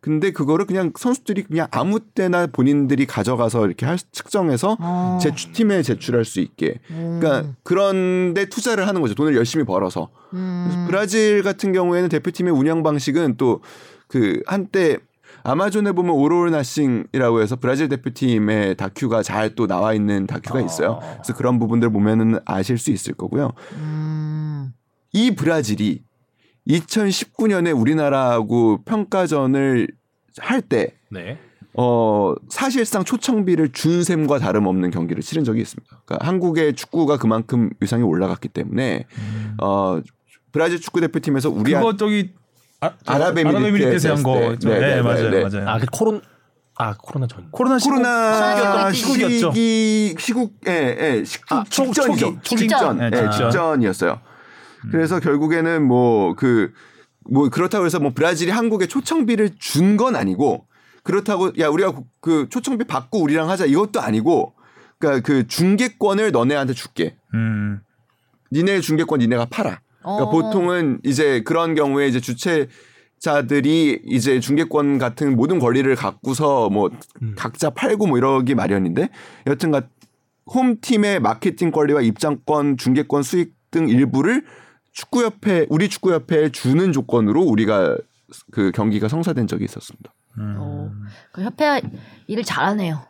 S4: 근데 그거를 그냥 선수들이 그냥 아무 때나 본인들이 가져가서 이렇게 할, 측정해서
S1: 어.
S4: 제 팀에 제출할 수 있게.
S1: 음.
S4: 그러니까 그런데 투자를 하는 거죠. 돈을 열심히 벌어서. 그래서
S1: 음.
S4: 브라질 같은 경우에는 대표팀의 운영 방식은 또 그 한때 아마존에 보면 오로라 나싱이라고 해서 브라질 대표팀의 다큐가 잘 또 나와 있는
S1: 아.
S4: 다큐가 있어요. 그래서 그런 부분들 보면은 아실 수 있을 거고요.
S1: 음.
S4: 이 브라질이 2019년에 우리나라하고 평가전을 할 때
S3: 네.
S4: 어, 사실상 초청비를 준 셈과 다름없는 경기를 치른 적이 있습니다. 그러니까 한국의 축구가 그만큼 위상이 올라갔기 때문에 어, 브라질 축구 대표팀에서 우리
S2: 그거 저기 아,
S4: 아랍에미리트에서
S2: 아랍에미리트에서 한
S4: 했을
S2: 거.
S4: 때.
S2: 네,
S4: 네, 네,
S2: 맞아요,
S4: 네.
S2: 맞아요.
S3: 아, 그 코론 아, 코로나 전.
S2: 코로나 시국-
S4: 코로나
S2: 시국이었죠.
S4: 시국이 시국 예, 예, 시국
S3: 아, 초-
S4: 직전이죠.
S3: 초기,
S1: 초기.
S4: 직전.
S2: 네,
S4: 예,
S2: 직전.
S4: 직전이었어요. 그래서 결국에는 뭐 그 뭐 그렇다고 해서 뭐 브라질이 한국에 초청비를 준 건 아니고 그렇다고 야 우리가 고- 그 초청비 받고 우리랑 하자 이것도 아니고 그러니까 그 중계권을 너네한테 줄게.
S2: 음.
S4: 니네 중계권 니네가 팔아. 그러니까
S1: 어.
S4: 보통은 이제 그런 경우에 이제 주최자들이 이제 중계권 같은 모든 권리를 갖고서 뭐 각자 팔고 뭐 이러기 마련인데 여튼간 홈팀의 마케팅 권리와 입장권, 중계권 수익 등 일부를 축구협회 우리 축구협회에 주는 조건으로 우리가 그 경기가 성사된 적이 있었습니다.
S2: 음.
S1: 어. 그 협회 일을 잘하네요.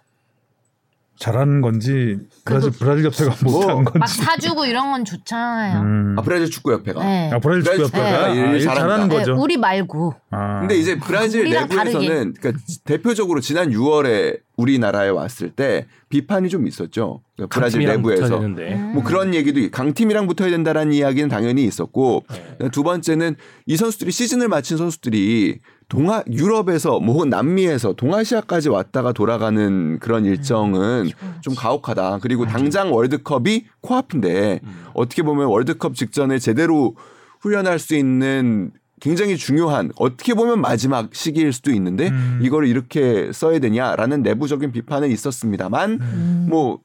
S2: 잘하는 건지 브라질 브라질 협회가 못한
S4: 뭐.
S1: 막
S2: 건지.
S1: 사주고 이런 건 좋잖아요.
S2: 음.
S4: 아 브라질 축구협회가.
S1: 네.
S2: 아, 브라질 축구 협회가
S4: 네.
S2: 아, 일 잘하는
S1: 네,
S2: 거죠.
S1: 우리 말고.
S2: 아.
S4: 근데 이제 브라질
S1: 우리랑
S4: 내부에서는 그러니까 대표적으로 지난 6월에 우리나라에 왔을 때 비판이 좀 있었죠. 그러니까 브라질
S3: 강팀이랑
S4: 내부에서
S3: 붙어야 되는데.
S4: 뭐 그런 얘기도 있- 강팀이랑 붙어야 된다라는 이야기는 당연히 있었고 두 번째는 이 선수들이 시즌을 마친 선수들이 동아 유럽에서 뭐 혹은 남미에서 동아시아까지 왔다가 돌아가는 그런 일정은 좀 가혹하다. 그리고 당장 월드컵이 코앞인데 어떻게 보면 월드컵 직전에 제대로 훈련할 수 있는 굉장히 중요한 어떻게 보면 마지막 시기일 수도 있는데 이걸 이렇게 써야 되냐라는 내부적인 비판은 있었습니다만 뭐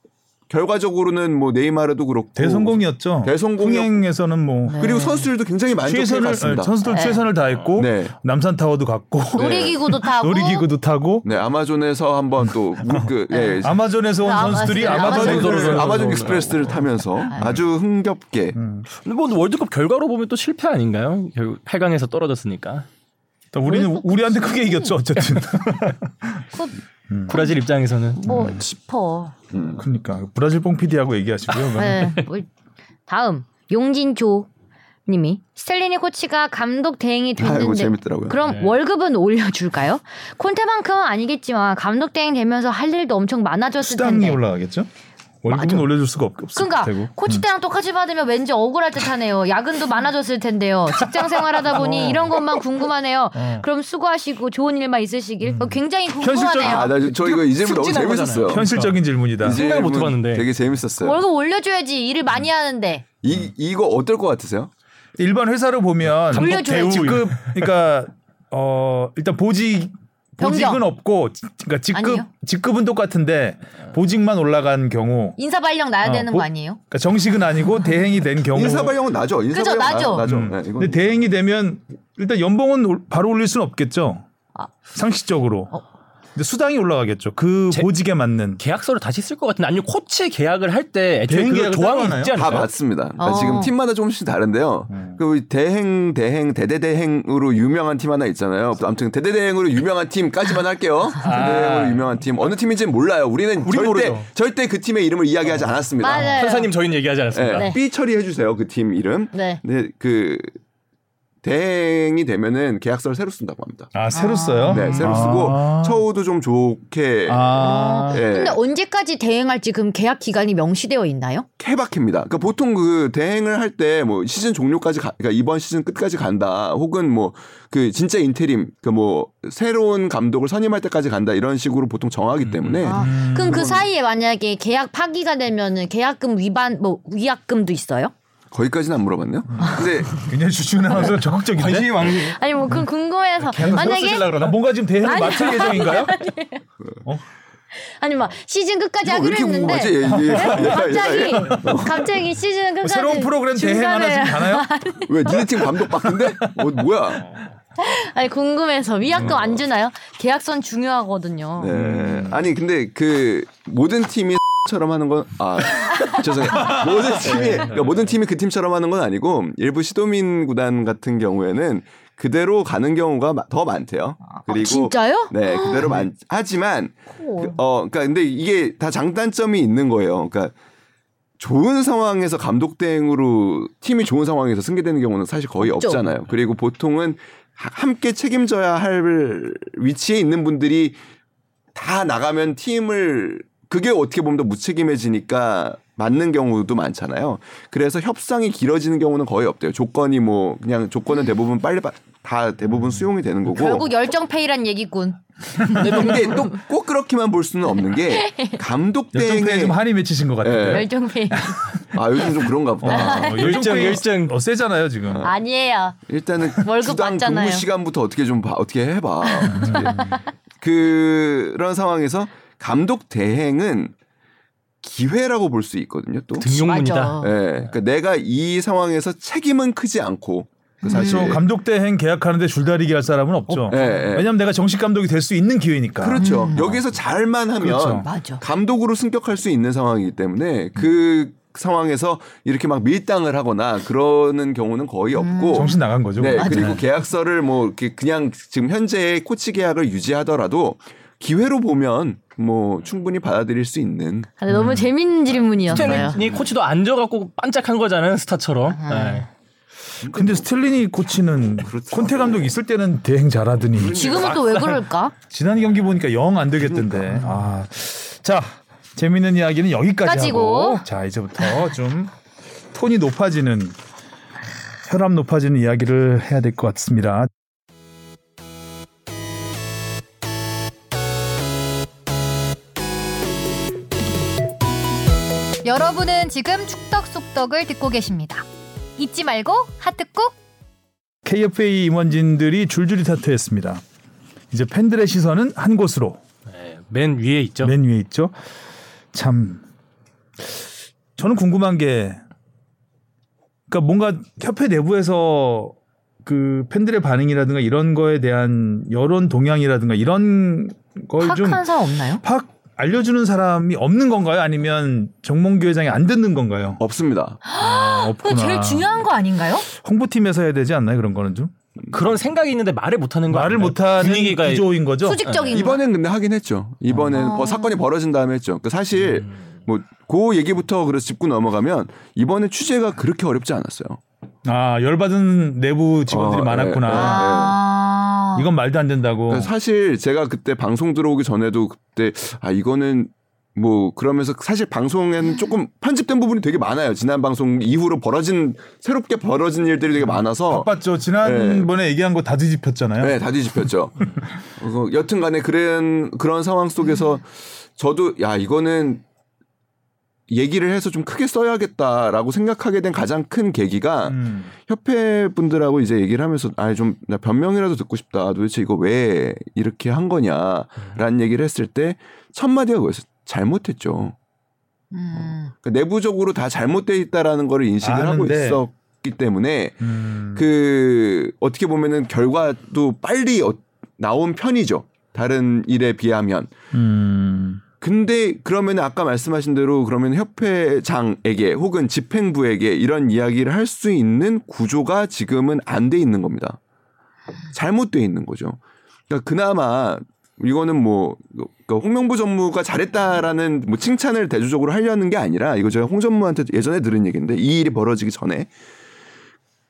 S4: 결과적으로는 뭐 네이마르도 그렇고
S2: 대성공이었죠.
S4: 대성공이었-
S2: 흥행에서는 뭐
S4: 그리고 선수들도 굉장히 만족해
S2: 최선을
S4: 갔습니다.
S2: 네, 선수들
S1: 네.
S2: 최선을 다했고
S4: 네.
S2: 남산 타워도 갔고 *laughs*
S1: *laughs* 놀이기구도 타고
S2: 네. 놀이기구도 타고
S4: 네, 아마존에서 한번 또그 예,
S2: 아마존에서 온
S1: 아,
S2: 선수들이
S1: 맞아요.
S2: 네. 아마존에서 그러니까
S3: 아마존.
S4: 아마존,
S3: 선수를
S4: 아마존
S3: 선수를
S4: 익스프레스를 타면서 아주 흥겹게
S3: 근데 뭐 월드컵 결과로 보면 또 실패 아닌가요? 결국 8강에서 떨어졌으니까
S2: 또 우리는 우리한테 크게 이겼죠 어쨌든
S1: 네.
S4: *laughs* 음.
S3: 브라질 입장에서는
S1: 뭐 싶어.
S2: 그러니까 브라질 뽕 PD하고 얘기하시고요. *laughs*
S1: 네. 뭐, 다음 용진조 님이 스텔리니 코치가 감독 대행이
S4: 아이고
S1: 됐는데
S4: 재밌더라고요.
S1: 그럼
S2: 네.
S1: 월급은 올려줄까요? 콘테만큼은 아니겠지만 감독 대행 되면서 할 일도 엄청 많아졌을
S2: 수당이
S1: 텐데.
S2: 올라가겠죠. 월급은
S1: 맞아.
S2: 올려줄 수가 없, 없을
S1: 그러니까
S2: 테고.
S1: 코치 때랑 똑같이 받으면 왠지 억울할 듯하네요. 야근도 많아졌을 텐데요. 직장 생활하다 보니 이런 것만 궁금하네요. 그럼 수고하시고 좋은 일만 있으시길. 어, 굉장히 궁금하네요.
S4: 아, 나 저 이거 이 질문 너무
S3: 승진한
S4: 재밌었어요.
S2: 음, 현실적인 질문이다.
S4: 그러니까 이 질문
S3: 생각을 못 해봤는데.
S4: 되게 재밌었어요.
S1: 월급 올려줘야지 일을 많이 하는데.
S4: 이 이거 어떨 것 같으세요?
S2: 일반 회사로 보면
S1: 감독 대우
S2: 직급 그러니까 어 일단 보직 보직은
S1: 변경.
S2: 없고 지- 그러니까 직급
S1: 아니요.
S2: 직급은 똑같은데 보직만 올라간 경우
S1: 인사 발령 나야
S2: 어,
S1: 되는
S2: 보-
S1: 거 아니에요?
S2: 그러니까 정식은 아니고 대행이 된 경우
S4: 인사 발령은 나죠. 인사
S1: 그죠,
S4: 발령
S1: 나죠.
S4: 나죠.
S2: 어. 음.
S4: 네, 이건
S2: 근데 대행이 되면 일단 연봉은 올- 바로 올릴 수는 없겠죠.
S1: 아. 어?
S2: 상식적으로. 근데 수당이 올라가겠죠. 그
S3: 제-
S2: 보직에 맞는.
S3: 계약서를 다시 쓸 것 같은데 아니면 코치 계약을 할 때 애초에
S2: 대행
S3: 그
S2: 계약을 따로
S3: 조항이
S2: 하나요?
S3: 있지
S4: 다
S3: 않나요?
S4: 맞습니다. 그러니까
S1: 어.
S4: 지금 팀마다 조금씩 다른데요. 그 대행, 대행, 대대대행으로 유명한 팀 하나 있잖아요. 아무튼 대대대행으로 유명한 팀까지만 할게요. 대대대행으로 유명한 팀 어느 팀인지는 몰라요. 우리는 절대
S3: 모르죠.
S4: 절대 그 팀의 이름을 이야기하지 않았습니다.
S1: 맞아요.
S3: 판사님 저희는 얘기하지 않았습니다.
S4: 네.
S1: 네.
S4: B 처리해 주세요. 그 팀 이름.
S1: 네.
S4: 근데 그 대행이 되면은 계약서를 새로 쓴다고 합니다.
S2: 아 새로 써요?
S4: 네, 새로 쓰고 처우도 좀 좋게
S2: 아.
S4: 예.
S1: 근데 언제까지 대행할지 그럼 계약 기간이 명시되어 있나요?
S4: 케바케입니다. 그러니까 보통 그 대행을 할 때 뭐 시즌 종료까지 가, 그러니까 이번 시즌 끝까지 간다. 혹은 뭐 그 진짜 인테림 그 뭐 새로운 감독을 선임할 때까지 간다. 이런 식으로 보통 정하기 때문에
S1: 아, 그럼 그 사이에 만약에 계약 파기가 되면은 계약금 위반 뭐 위약금도 있어요?
S4: 거기까지는 안 물어봤네요.
S1: 음.
S4: 근데
S2: 굉장히 주치훈 아나운서 적극적인데. 아, 관심이 많은
S1: 아니 뭐 그건 궁금해서 만약에
S2: 그러나 뭔가 지금 대행을 맡을
S1: *laughs*
S2: 예정인가요?
S1: 아니 막 시즌 끝까지
S4: 이거 왜
S1: 하기로
S4: 이렇게
S1: 했는데
S4: 궁금하지? 얘, 얘, 얘, 얘,
S1: 갑자기
S4: 얘, 얘.
S1: 갑자기 시즌 끝까지
S2: 새로운 프로그램 대행 하나
S1: 중단을-
S2: 지금 가나요?
S4: 왜 니네 팀 감독 바뀐데? 뭐, 뭐야?
S1: *laughs* 아니 궁금해서 위약금 안 주나요? 계약선 중요하거든요.
S4: 네. 아니 근데 그 모든 팀이 처럼 하는 건 아 *laughs* 죄송해요 모든 팀이 그러니까 모든 팀이 그 팀처럼 하는 건 아니고 일부 시도민 구단 같은 경우에는 그대로 가는 경우가 마- 더 많대요. 그리고
S1: 아, 진짜요?
S4: 네 그대로 많 하지만 그,
S1: 오.
S4: 어 그러니까 근데 이게 다 장단점이 있는 거예요. 그러니까 좋은 상황에서 감독 대행으로 팀이 좋은 상황에서 승계되는 경우는 사실 거의
S1: 없죠.
S4: 없잖아요. 그리고 보통은 하- 함께 책임져야 할 위치에 있는 분들이 다 나가면 팀을 그게 어떻게 보면 더 무책임해지니까 맞는 경우도 많잖아요. 그래서 협상이 길어지는 경우는 거의 없대요. 조건이 뭐 그냥 조건은 대부분 빨리 바- 다 대부분 수용이 되는 거고
S1: 결국 열정페이란 얘기군.
S4: 근데 또 꼭 그렇게만 볼 수는 없는 게 감독
S2: 열정페이
S4: 대행의
S2: 좀 한이 맺히신 것 같아요.
S4: 네.
S1: 열정페이
S4: 아 요즘 좀 그런가 보다.
S3: 열정,
S2: 열정페이
S3: 열정.
S2: 어, 세잖아요 지금.
S1: 아니에요.
S4: 일단은
S1: 월급
S4: 주당 근무
S1: 받잖아요.
S4: 시간부터 어떻게 좀 봐, 어떻게 해봐.
S2: 음.
S4: 어떻게. 그런 상황에서 감독 대행은 기회라고 볼 수 있거든요. 또
S3: 등용문이다.
S1: 맞아.
S4: 예, 그러니까 내가 이 상황에서 책임은 크지 않고 그 사실
S2: 사실 음. 감독 대행 계약하는데 줄다리기 할 사람은 없죠.
S4: 예, 예.
S2: 왜냐면 내가 정식 감독이 될 수 있는 기회니까.
S4: 그렇죠. 여기서 잘만 하면
S2: 음. 그렇죠.
S1: 맞아.
S4: 감독으로 승격할 수 있는 상황이기 때문에 그 상황에서 이렇게 막 밀당을 하거나 그러는 경우는 거의 없고
S2: 음. 정신 나간 거죠. 뭐.
S4: 네,
S2: 그러면.
S4: 그리고 계약서를 뭐 이렇게 그냥 지금 현재의 코치 계약을 유지하더라도 기회로 보면 뭐 충분히 받아들일 수 있는
S1: 아, 근데 너무 재밌는 질문이었어요.
S3: 스탠이 코치도 앉아갖고 반짝한 거잖아요 스타처럼. 네.
S2: 근데 스텔리니 코치는 콘테 감독 있을 때는 대행 잘하더니
S1: 지금은 또 왜 그럴까?
S2: 지난 경기 보니까 영 안 되겠던데. 아, 자 재밌는 이야기는 여기까지
S1: 까지고.
S2: 하고 자 이제부터 좀 톤이 높아지는 혈압 높아지는 이야기를 해야 될 것 같습니다.
S5: 여러분은 지금 축덕숙덕을 듣고 계십니다. 잊지 말고 하트 꾹!
S2: KFA 임원진들이 줄줄이 사퇴했습니다. 이제 팬들의 시선은 한 곳으로
S3: 네, 맨 위에 있죠.
S2: 맨 위에 있죠. 참 저는 궁금한 게 그러니까 뭔가 협회 내부에서 그 팬들의 반응이라든가 이런 거에 대한 여론 동향이라든가 이런 걸 좀
S1: 파악한 사람 없나요?
S2: 팍 알려주는 사람이 없는 건가요? 아니면 정몽규 회장이 안 듣는 건가요?
S4: 없습니다.
S2: 아,
S1: 그
S2: 없구나.
S1: 제일 중요한 거 아닌가요?
S2: 홍보팀에서 해야 되지 않나요? 그런 거는 좀
S3: 그런 생각이 있는데 말을 못하는 거
S2: 말을
S3: 아닌가요?
S2: 못하는
S3: 분위기가
S2: 구조인 거죠. 네.
S1: 수직적인 거.
S4: 이번엔 근데 하긴 했죠. 이번엔 뭐 사건이 벌어진 다음에 했죠. 그 사실 뭐 그 얘기부터 그래서 짚고 넘어가면 이번에 취재가 그렇게 어렵지 않았어요.
S2: 아 열받은 내부 직원들이
S4: 어,
S2: 많았구나.
S4: 예, 예.
S5: 아,
S2: 이건 말도 안 된다고.
S4: 그러니까 사실 제가 그때 방송 들어오기 전에도 그때 아 이거는 뭐 그러면서 사실 방송에는 조금 편집된 부분이 되게 많아요. 지난 방송 이후로 벌어진 새롭게 벌어진 일들이 되게 많아서
S2: 바빴죠. 지난번에 얘기한 거 다 뒤집혔잖아요.
S4: 네, 다 뒤집혔죠. 어, 여튼 간에 그런, 그런 상황 속에서 저도, 야, 이거는 얘기를 해서 좀 크게 써야겠다라고 생각하게 된 가장 큰 계기가
S2: 음.
S4: 협회 분들하고 이제 얘기를 하면서 아, 좀, 나 변명이라도 듣고 싶다. 도대체 이거 왜 이렇게 한 거냐.
S2: 음.
S4: 라는 얘기를 했을 때 첫마디가 그거였어. 잘못했죠.
S5: 음.
S4: 그러니까 내부적으로 다 잘못돼 있다라는 거를 인식을 하고
S2: 아는데.
S4: 있었기 때문에
S2: 음.
S4: 그 어떻게 보면은 결과도 빨리 어- 나온 편이죠. 다른 일에 비하면.
S2: 음.
S4: 근데 그러면 아까 말씀하신 대로 그러면 협회장에게 혹은 집행부에게 이런 이야기를 할 수 있는 구조가 지금은 안 돼 있는 겁니다. 잘못돼 있는 거죠. 그러니까 그나마 이거는 뭐 그러니까 홍명보 전무가 잘했다라는 뭐 칭찬을 대조적으로 하려는 게 아니라 이거 제가 홍 전무한테 예전에 들은 얘기인데 이 일이 벌어지기 전에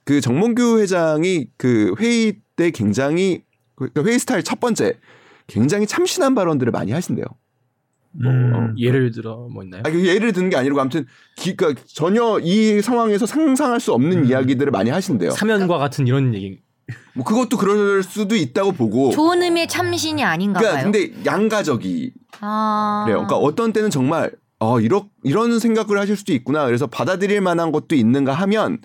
S4: 그 정몽규 회장이 그 회의 때 굉장히 그러니까 회의 스타일 첫 번째 굉장히 참신한 발언들을 많이 하신대요.
S2: 음.
S3: 예를 들어 뭐 있나요?
S4: 아, 그 예를 드는 게 아니고 아무튼 기, 그 전혀 이 상황에서 상상할 수 없는 이야기들을 많이 하신대요.
S3: 음. 사면과 같은 이런 얘기.
S4: 뭐 그것도 그럴 수도 있다고 보고.
S1: 좋은 의미의 참신이 아닌가
S4: 그러니까
S1: 봐요.
S4: 근데 양가적이래요.
S1: 아.
S4: 그러니까 어떤 때는 정말 어 이러, 이런 생각을 하실 수도 있구나. 그래서 받아들일 만한 것도 있는가 하면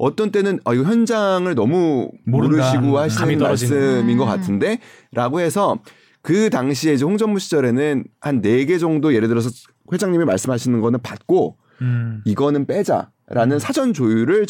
S4: 어떤 때는 아 이거 현장을 너무
S2: 모른다.
S3: 감이
S4: 모르시고 하시는
S3: 떨어지는.
S4: 말씀인 것
S5: 음.
S4: 같은데라고 해서 그 당시에 이제 홍전무 시절에는 한 네 개 정도 예를 들어서 회장님이 말씀하시는 거는 받고
S2: 음.
S4: 이거는 빼자라는 사전 조율을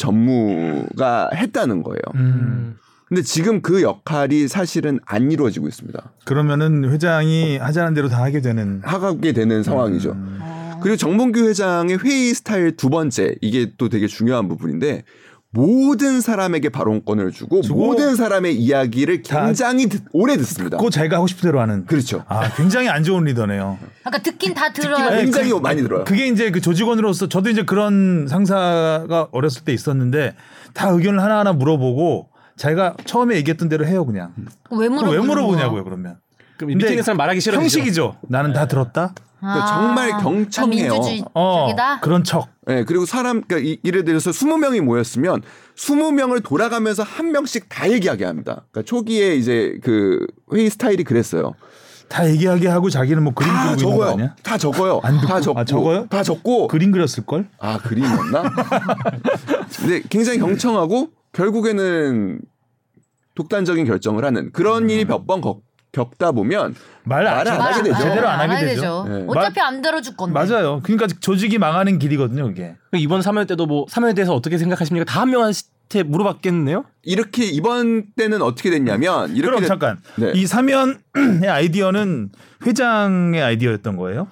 S4: 전무가 했다는 거예요.
S2: 음.
S4: 근데 지금 그 역할이 사실은 안 이루어지고 있습니다.
S2: 그러면은 회장이 하자는 대로 다 하게 되는
S4: 하게 되는 상황이죠.
S2: 음.
S1: 아.
S4: 그리고 정봉규 회장의 회의 스타일 두 번째 이게 또 되게 중요한 부분인데 모든 사람에게 발언권을 주고,
S2: 주고
S4: 모든 사람의 이야기를
S2: 다
S4: 굉장히 듣- 오래 듣습니다.
S2: 꼭 자기가 하고 싶은 대로 하는.
S4: 그렇죠.
S2: 아 굉장히 안 좋은 리더네요.
S1: 아까 듣긴 다 들어요.
S2: 네,
S4: 굉장히
S2: 그-
S4: 많이 들어요.
S2: 그게 이제 그 조직원으로서 저도 이제 그런 상사가 어렸을 때 있었는데 다 의견을 하나하나 물어보고 자기가 처음에 얘기했던 대로 해요 그냥.
S1: 왜
S2: 그럼
S1: 물어보는
S2: 왜
S1: 거야?
S2: 물어보냐고요 그러면.
S3: 그럼
S2: 근데
S3: 밑에 있는 사람 말하기 싫어.
S2: 형식이죠. 나는 다 들었다.
S4: 그러니까 정말
S1: 아,
S4: 경청해요.
S1: 나 민주주의
S2: 어
S1: 쪽이다.
S2: 그런 척.
S4: 예, 그리고 사람, 그러니까 이- 예를 들어서 20명이 모였으면 20명을 돌아가면서 한 명씩 다 얘기하게 합니다. 그러니까 초기에 이제 그 회의 스타일이 그랬어요.
S2: 다 얘기하게 하고 자기는 뭐 그림
S4: 다
S2: 그리고 있는 거
S4: 적어요.
S2: 아니야?
S4: 다 적어요.
S2: 안 듣고.
S4: 다 적고.
S2: 아, 적어요?
S4: 다 적고.
S2: 그림 그렸을 걸?
S4: 아, 그림이었나? 근데 굉장히 경청하고 결국에는 독단적인 결정을 하는 그런 일이 몇 번 겪다 보면
S2: 말 안
S4: 말을 안
S2: 하게
S4: 하게 되죠.
S2: 제대로 안 하게 되죠.
S4: 네.
S1: 아, 어차피 안 들어줄 건데.
S2: 맞아요. 그러니까 조직이 망하는 길이거든요,
S4: 네,
S2: 그게.
S3: 이번 사면 때도 뭐 사면에 대해서 어떻게 생각하십니까? 다 한 명한테 물어봤겠네요.
S4: 이렇게 이번 때는 어떻게 됐냐면 이렇게
S2: 그럼
S4: 됐-
S2: 잠깐.
S4: 네.
S2: 이 사면의 *clears throat* 아이디어는 회장의 아이디어였던 거예요?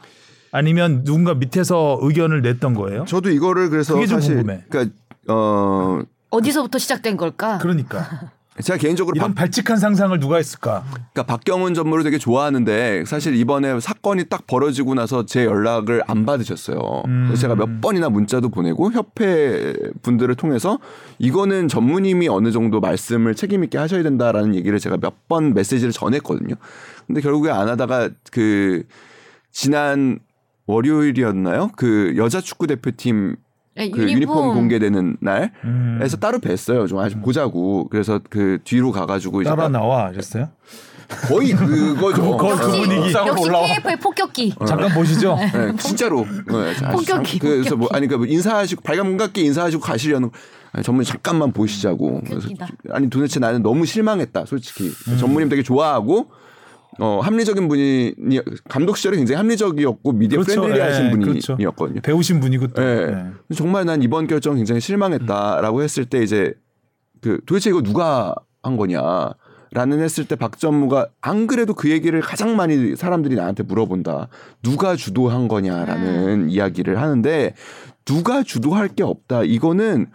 S2: 아니면 누군가 밑에서 의견을 냈던 거예요?
S4: 저도 이거를 그래서
S2: 그게 좀
S4: 사실
S2: 궁금해.
S4: 그러니까 어
S1: 어디서부터 시작된 걸까?
S4: *laughs*
S2: 그러니까
S4: 제가 개인적으로
S2: 이런 발칙한 상상을 누가 했을까?
S4: 그러니까 박경훈 전무를 되게 좋아하는데 사실 이번에 사건이 딱 벌어지고 나서 제 연락을 안 받으셨어요.
S2: 음.
S4: 그래서 제가 몇 번이나 문자도 보내고 협회 분들을 통해서 이거는 전무님이 어느 정도 말씀을 책임 있게 하셔야 된다라는 얘기를 제가 몇 번 메시지를 전했거든요. 근데 결국에 안 하다가 그 지난 월요일이었나요? 그 여자 축구 대표팀
S1: 네,
S4: 그 유니폼 공개되는 날에서
S2: 음.
S4: 따로 뵀어요. 좀 아주 보자고. 그래서 그 뒤로 가가지고 이제
S2: 따라 나와 하셨어요?
S4: 거의 그거죠. 어.
S2: 거의 그
S5: 역시
S2: 분위기.
S5: 역시
S3: 올라와.
S5: KF의 폭격기.
S2: 잠깐
S4: *laughs*
S2: 보시죠.
S4: 네, 진짜로. 네, 자,
S1: 폭격기,
S4: 참, 그래서 뭐 아니 그러니까 뭐 인사하시고 발감각게 인사하시고 가시려는 거. 아니, 전문님 잠깐만 보시자고. 그래서
S5: 웃기다.
S4: 아니 도대체 나는 너무 실망했다. 솔직히 전문님 되게 좋아하고 어 합리적인 분이 감독 시절에 굉장히 합리적이었고 미디어
S2: 그렇죠.
S4: 프렌들리하신
S2: 예, 그렇죠.
S4: 분이었거든요.
S2: 배우신 분이고 또.
S4: 예.
S2: 네.
S4: 정말 난 이번 결정 굉장히 실망했다라고 했을 때 이제 그 도대체 이거 누가 한 거냐. 라는 했을 때 박전무가 안 그래도 그 얘기를 가장 많이 사람들이 나한테 물어본다. 누가 주도한 거냐라는 이야기를 하는데 누가 주도할 게 없다. 이거는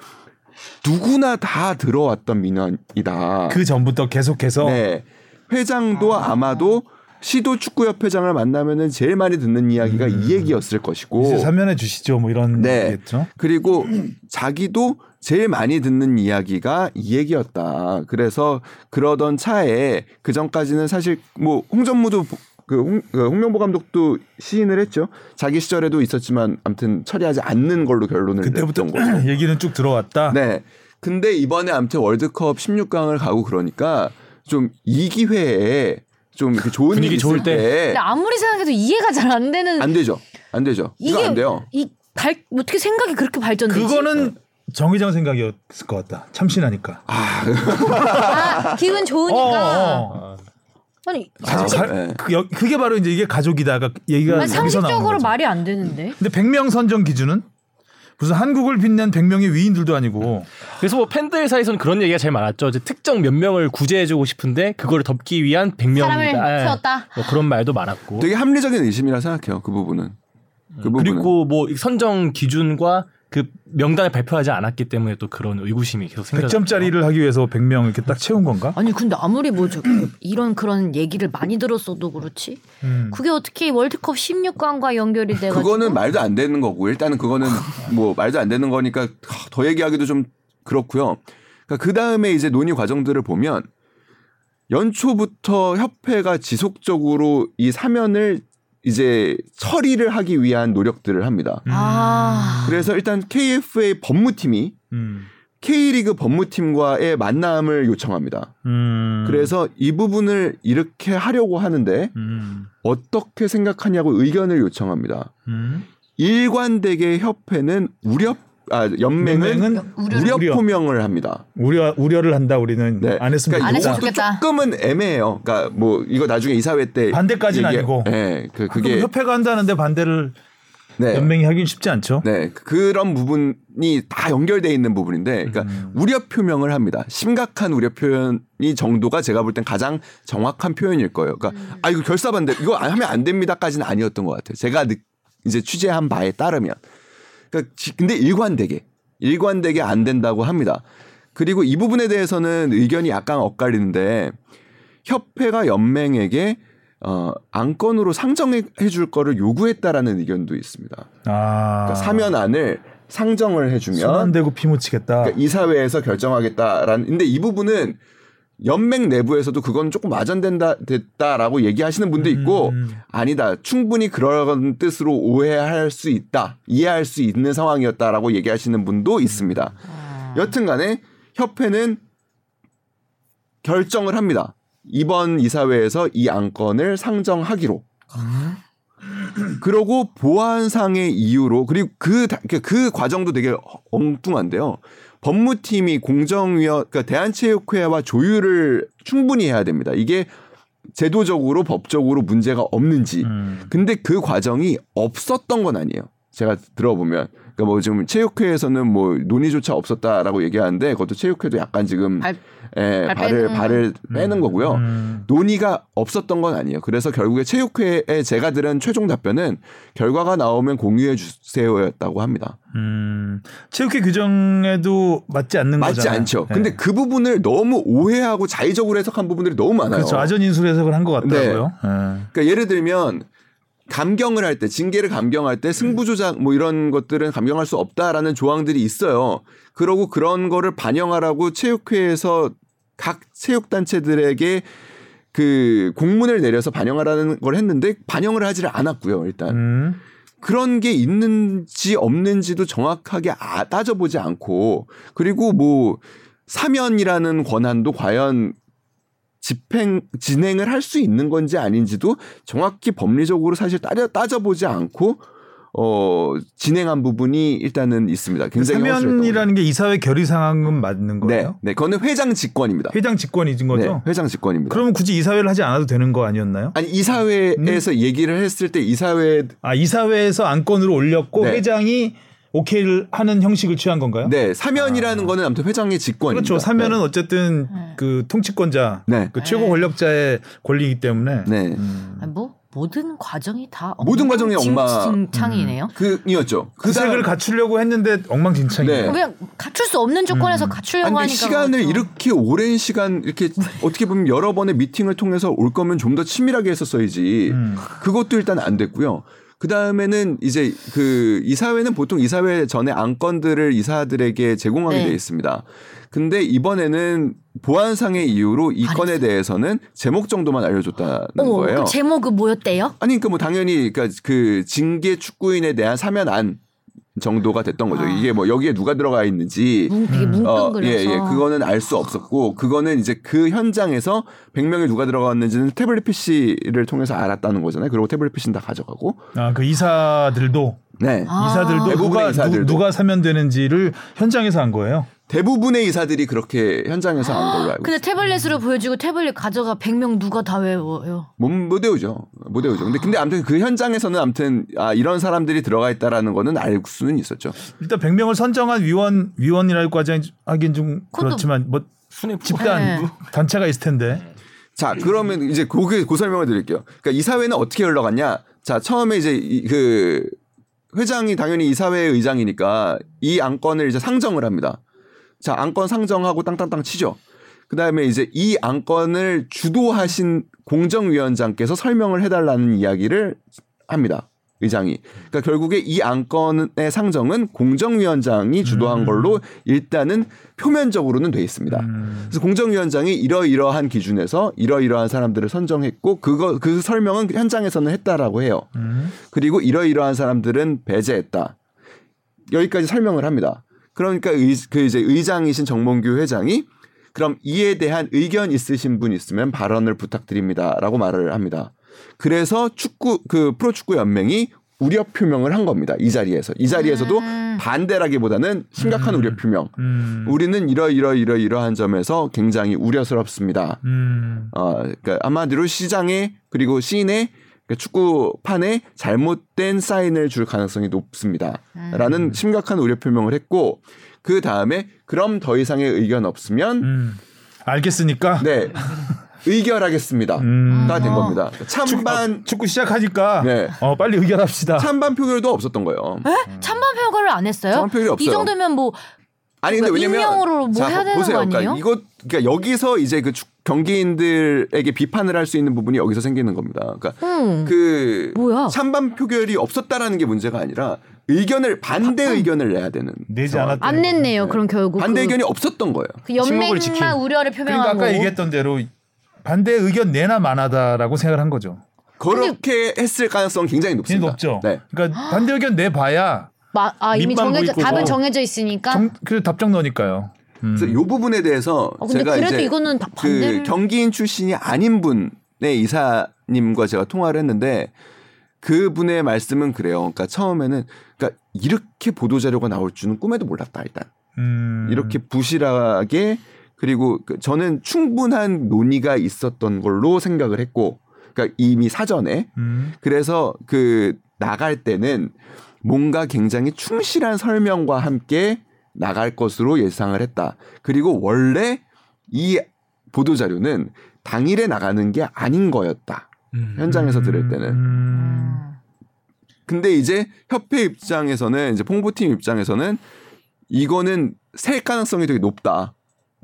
S4: 누구나 다 들어왔던 민원이다.
S2: 그 전부터 계속해서
S4: 네. 회장도 아. 마도 시도 축구협회장을 만나면은 제일 많이 듣는 이야기가 이 얘기였을 것이고
S2: 이제 사면해 주시죠. 뭐 이런
S4: 네.
S2: 얘기겠죠.
S4: 그리고 자기도 제일 많이 듣는 이야기가 이 얘기였다. 그래서 그러던 차에 그 전까지는 사실 뭐 홍전무도 보- 그 홍, 그 홍명보 감독도 시인을 했죠. 자기 시절에도 있었지만 아무튼 처리하지 않는 걸로 결론을
S2: 그때부터 *laughs*
S4: 냈던
S2: *clears throat*
S4: 거죠.
S2: 얘기는 쭉 들어왔다.
S4: 네. 근데 이번에 아무튼 월드컵 16강을 가고 그러니까 좀 이 기회에 좀 이렇게 좋은
S3: 분위기
S4: 일이 있을
S3: 좋을 때.
S4: 때
S1: 근데 아무리 생각해도 이해가 잘 안 되는
S4: 안 되죠. 안 되죠. 이거 안 돼요.
S1: 이 발, 어떻게 생각이 그렇게 발전되지?
S2: 그거는 정의장 생각이었을 것 같다. 참신하니까.
S1: 아, 기분 좋으니까.
S2: 어, 어.
S1: 아니,
S4: 그러니까. 아,
S2: 가-
S4: 네.
S2: 그, 여- 그게 바로 이제 이게 가족이다가 얘기가
S1: 아니,
S2: 여기서 나오는
S1: 상식적으로
S2: 거죠.
S1: 말이 안 되는데.
S2: 근데 100명 선정 기준은 무슨 한국을 빛낸 100명의 위인들도 아니고
S3: 그래서 뭐 팬들 사이에서는 그런 얘기가 제일 많았죠. 이제 특정 몇 명을 구제해주고 싶은데 그거를 덮기 위한 100명
S1: 사람을 세웠다.
S3: 뭐 그런 말도 많았고.
S4: 되게 합리적인 의심이라 생각해요. 그 부분은. 그 부분은.
S3: 그리고 뭐이 선정 기준과 그 명단을 발표하지 않았기 때문에 또 그런 의구심이 계속 생겼죠.
S2: 100점짜리를 하기 위해서 100명 이렇게 딱 채운 건가?
S1: 아니, 근데 아무리 뭐 저, 이런 그런 얘기를 많이 들었어도 그렇지.
S2: 음.
S1: 그게 어떻게 월드컵 16강과 연결이 돼 가지고
S4: 그거는 말도 안 되는 거고 일단은 그거는 뭐 말도 안 되는 거니까 더 얘기하기도 좀 그렇고요. 그 다음에 이제 논의 과정들을 보면 연초부터 협회가 지속적으로 이 사면을 이제 처리를 하기 위한 노력들을 합니다.
S1: 아.
S4: 그래서 일단 KFA 법무팀이
S2: 음.
S4: K리그 법무팀과의 만남을 요청합니다.
S2: 음.
S4: 그래서 이 부분을 이렇게 하려고 하는데
S2: 음.
S4: 어떻게 생각하냐고 의견을 요청합니다.
S2: 음.
S4: 일관되게 협회는 우려 아 연맹은
S2: 은행은
S4: 우려 포명을 합니다.
S2: 우려 우려를 한다 우리는
S4: 네.
S2: 안 했으면
S5: 안
S2: 좋겠다.
S5: 했으면
S4: 이것도
S5: 좋겠다.
S4: 조금은 애매해요. 그러니까 뭐 이거 나중에 이사회 때
S2: 반대까지는
S4: 얘기해-
S2: 아니고.
S4: 네, 그
S2: 그럼
S4: 그게
S2: 협회가 한다는데 반대를
S4: 네.
S2: 연맹이 하긴 쉽지 않죠.
S4: 네, 그런 부분이 다 연결돼 있는 부분인데, 그러니까 우려 표명을 합니다. 심각한 우려 표현이 정도가 제가 볼 땐 가장 정확한 표현일 거예요. 그러니까 아 이거 결사반대, 이거 안 하면 안 됩니다까지는 아니었던 것 같아요. 제가 느- 이제 취재한 바에 따르면, 그러니까 지- 근데 일관되게 일관되게 안 된다고 합니다. 그리고 이 부분에 대해서는 의견이 약간 엇갈리는데 협회가 연맹에게 어, 안건으로 상정해 줄 거를 요구했다라는 의견도 있습니다.
S2: 아.
S4: 그러니까 사면안을 상정을 해주면
S2: 손안 대고 피 묻히겠다.
S4: 그러니까 이사회에서 결정하겠다라는 근데 이 부분은 연맹 내부에서도 그건 조금 와전된다 됐다라고 얘기하시는 분도 있고
S2: 음.
S4: 아니다 충분히 그런 뜻으로 오해할 수 있다 이해할 수 있는 상황이었다라고 얘기하시는 분도 있습니다
S2: 음.
S4: 여튼간에 협회는 결정을 합니다 이번 이사회에서 이 안건을 상정하기로 *clears throat* 그러고 보안상의 이유로 그리고 그, 다- 그, 그 과정도 되게 엉뚱한데요. 법무팀이 공정위원 그러니까 대한체육회와 조율을 충분히 해야 됩니다. 이게 제도적으로 법적으로 문제가 없는지.
S2: 음.
S4: 근데 그 과정이 없었던 건 아니에요. 제가 들어보면 그러니까 뭐 지금 체육회에서는 뭐 논의조차 없었다라고 얘기하는데 그것도 체육회도 약간 지금
S1: 발-
S4: 예,
S1: 발
S4: 발을
S1: 빼는-
S4: 발을 빼는 거고요.
S2: 음.
S4: 논의가 없었던 건 아니에요. 그래서 결국에 체육회에 제가 들은 최종 답변은 결과가 나오면 공유해 주세요였다고 합니다.
S2: 음. 체육회 규정에도 맞지 않는
S4: 맞지
S2: 거잖아요.
S4: 않죠.
S2: 네.
S4: 근데 그 부분을 너무 오해하고 자의적으로 해석한 부분들이 너무 많아요.
S2: 그렇죠. 아전 인술 해석을 한
S4: 네.
S2: 것 같더라고요. 예.
S4: 그러니까 예를 들면 감경을 할 때 징계를 감경할 때 승부조작 뭐 이런 것들은 감경할 수 없다라는 조항들이 있어요. 그러고 그런 거를 반영하라고 체육회에서 각 체육 단체들에게 그 공문을 내려서 반영하라는 걸 했는데 반영을 하지를 않았고요. 일단
S2: 음.
S4: 그런 게 있는지 없는지도 정확하게 아, 따져보지 않고 그리고 뭐 사면이라는 권한도 과연 집행 진행을 할 수 있는 건지 아닌지도 정확히 법리적으로 사실 따져 따져보지 않고 어 진행한 부분이 일단은 있습니다. 굉장히
S2: 그 사면이라는 게 이사회 결의 상황은 맞는
S4: 거예요. 네,
S2: 거예요?
S4: 네, 그거는 회장 직권입니다.
S2: 회장 직권이진 거죠?
S4: 네, 회장 직권입니다.
S2: 그러면 굳이 이사회를 하지 않아도 되는 거 아니었나요?
S4: 아니
S2: 음?
S4: 이사회에서 얘기를 했을 때 이사회
S2: 아 이사회에서 안건으로 올렸고
S4: 네.
S2: 회장이 오케이를 하는 형식을 취한 건가요?
S4: 네 사면이라는 거는 아무튼 회장의 직권입니다.
S2: 그렇죠. 사면은
S4: 네.
S2: 어쨌든
S1: 네.
S2: 그 통치권자,
S4: 네.
S2: 그 최고 권력자의 권리이기 때문에
S4: 네.
S2: 음,
S1: 아니, 뭐 모든 과정이 다
S4: 모든 과정이 엉망-
S1: 엉망진창이네요.
S2: 음.
S4: 그이었죠.
S2: 그 색을 갖추려고 했는데 엉망진창이.
S4: 네.
S1: 그냥 갖출 수 없는 조건에서
S2: 음.
S4: 아니,
S1: 갖추려고
S4: 근데
S1: 하니까
S4: 시간을
S1: 그렇죠.
S4: 이렇게 오랜 시간 이렇게 어떻게 보면 여러 번의 미팅을 통해서 올 거면 좀 더 치밀하게 했었어야지.
S2: 음.
S4: 그것도 일단 안 됐고요. 그 다음에는 이제 그 이사회는 보통 이사회 전에 안건들을 이사들에게 제공하게
S1: 네.
S4: 돼 있습니다. 근데 이번에는 보안상의 이유로 이
S1: 안
S4: 건에 대해서는 제목 정도만 알려줬다는
S1: 어머,
S4: 거예요.
S1: 그 제목은 뭐였대요?
S4: 아니 그러니까 뭐 당연히 그러니까 그 징계 축구인에 대한 사면안 정도가 됐던 거죠.
S1: 아.
S4: 이게 뭐 여기에 누가 들어가 있는지
S1: 뭉, 되게
S2: 음.
S1: 뭉뚱그려서
S4: 예, 예. 그거는 알 수 없었고, 그거는 이제 그 현장에서 100명이 누가 들어갔는지는 태블릿 PC를 통해서 알았다는 거잖아요. 그리고 태블릿 PC는 다 가져가고.
S2: 아그 이사들도
S4: 네.
S1: 아.
S2: 이사들도
S4: 대부분의
S2: 누가
S4: 이사들도.
S2: 누, 가 사면되는지를 현장에서 한 거예요.
S4: 대부분의 이사들이 그렇게 현장에서 안 걸로 알고.
S1: 아, 근데
S4: 음.
S1: 태블릿으로 보여주고 태블릿 가져가 100명 누가 다 외워요.
S4: 못, 못 외우죠. 못 외우죠. 근데, 근데 아무튼 그 현장에서는 아무튼, 아, 이런 사람들이 들어가 있다라는 거는 알 수는 있었죠.
S2: 일단 100명을 선정한 위원 위원이라고 하긴 좀
S1: 그것도-
S2: 그렇지만 뭐
S3: 순회 부-
S2: 집단
S1: 네.
S2: 단체가 있을 텐데.
S4: 자, 그러면 이제 그게 그 설명을 드릴게요. 그러니까 이사회는 어떻게 흘러갔냐? 자, 처음에 이제 이, 그 회장이 당연히 이사회 의장이니까 이 안건을 이제 상정을 합니다. 자, 안건 상정하고 땅땅땅 치죠. 그다음에 이제 이 안건을 주도하신 공정위원장께서 설명을 해달라는 이야기를 합니다. 의장이. 그러니까 결국에 이 안건의 상정은 공정위원장이 주도한 걸로 일단은 표면적으로는 돼 있습니다.
S2: 음,
S4: 그래서 공정위원장이 이러이러한 기준에서 이러이러한 사람들을 선정했고 그거 그 설명은 현장에서는 했다라고 해요.
S2: 음.
S4: 그리고 이러이러한 사람들은 배제했다. 여기까지 설명을 합니다. 그러니까 의, 그 이제 의장이신 정몽규 회장이 그럼 이에 대한 의견 있으신 분 있으면 발언을 부탁드립니다라고 말을 합니다. 그래서 축구 그 프로축구 연맹이 우려 표명을 한 겁니다. 이 자리에서 이 자리에서도 반대라기보다는 심각한 우려 표명.
S2: 음.
S4: 우리는 이러이러이러이러한 점에서 굉장히 우려스럽습니다.
S2: 음.
S4: 어, 그러니까 한마디로 시장에 그리고 시인의 그 축구판에 잘못된 사인을 줄 가능성이 높습니다.
S1: 음.
S4: 라는 심각한 우려 표명을 했고 그 다음에 그럼 더 이상의 의견 없으면
S2: 음. 알겠으니까
S4: 네 의결하겠습니다.
S2: 음.
S4: 가
S1: 아.
S4: 된 겁니다. 그러니까 찬반
S2: 축구 시작하니까
S4: 네.
S2: 어, 빨리 의결합시다.
S4: 찬반 표결도 없었던 거예요.
S1: 찬반 평가를 안 했어요?
S4: 음. 찬반 표결이 없어요.
S1: 이 정도면 뭐
S4: 아니 근데
S1: 그러니까
S4: 왜냐면
S1: 익명으로 뭐 해야 되는
S4: 보세요.
S1: 거 아니에요?
S4: 그러니까 이거 그러니까 여기서 이제 그 축- 경기인들에게 비판을 할 수 있는 부분이 여기서 생기는 겁니다. 그러니까
S1: 음.
S4: 그
S1: 뭐야?
S4: 찬반 표결이 없었다라는 게 문제가 아니라 의견을 반대 의견을 내야 되는
S2: 내지
S4: 상황.
S2: 않았다.
S1: 안 냈네요. 그럼 결국
S4: 반대
S1: 아, 그,
S4: 의견이 없었던 거예요.
S1: 그
S2: 침묵을 지킨.
S1: 연맹만 우려를 표명한
S2: 그러니까 아까
S1: 거고.
S2: 얘기했던 대로 반대 의견 내나 마나다라고 생각을 한 거죠.
S4: 그렇게 했을 가능성 이
S2: 굉장히
S4: 굉장히 높습니다.
S2: 높죠.
S4: 네.
S2: 그러니까 반대 의견 내 봐야
S1: 마- 아 이미
S2: 밑만
S1: 정해져
S2: 보이고. 뭐
S1: 답은 정해져 있으니까.
S2: 정, 그 답장 넣으니까요. 음.
S4: 그래서 요 부분에 대해서
S1: 어, 근데
S4: 제가
S1: 그래도
S4: 이제
S1: 이거는 다
S4: 그
S1: 반대를
S4: 경기인 출신이 아닌 분의 이사님과 제가 통화를 했는데 그 분의 말씀은 그래요. 그러니까 처음에는 그러니까 이렇게 보도 자료가 나올 줄은 꿈에도 몰랐다 일단.
S2: 음.
S4: 이렇게 부실하게 그리고 그 저는 충분한 논의가 있었던 걸로 생각을 했고 그러니까 이미 사전에
S2: 음.
S4: 그래서 그 나갈 때는 뭔가 굉장히 충실한 설명과 함께 나갈 것으로 예상을 했다. 그리고 원래 이 보도 자료는 당일에 나가는 게 아닌 거였다.
S3: 음.
S4: 현장에서 들을 때는
S2: 음.
S1: 음.
S4: 근데 이제 협회 입장에서는 이제 홍보팀 입장에서는 이거는 셀 가능성이 되게 높다.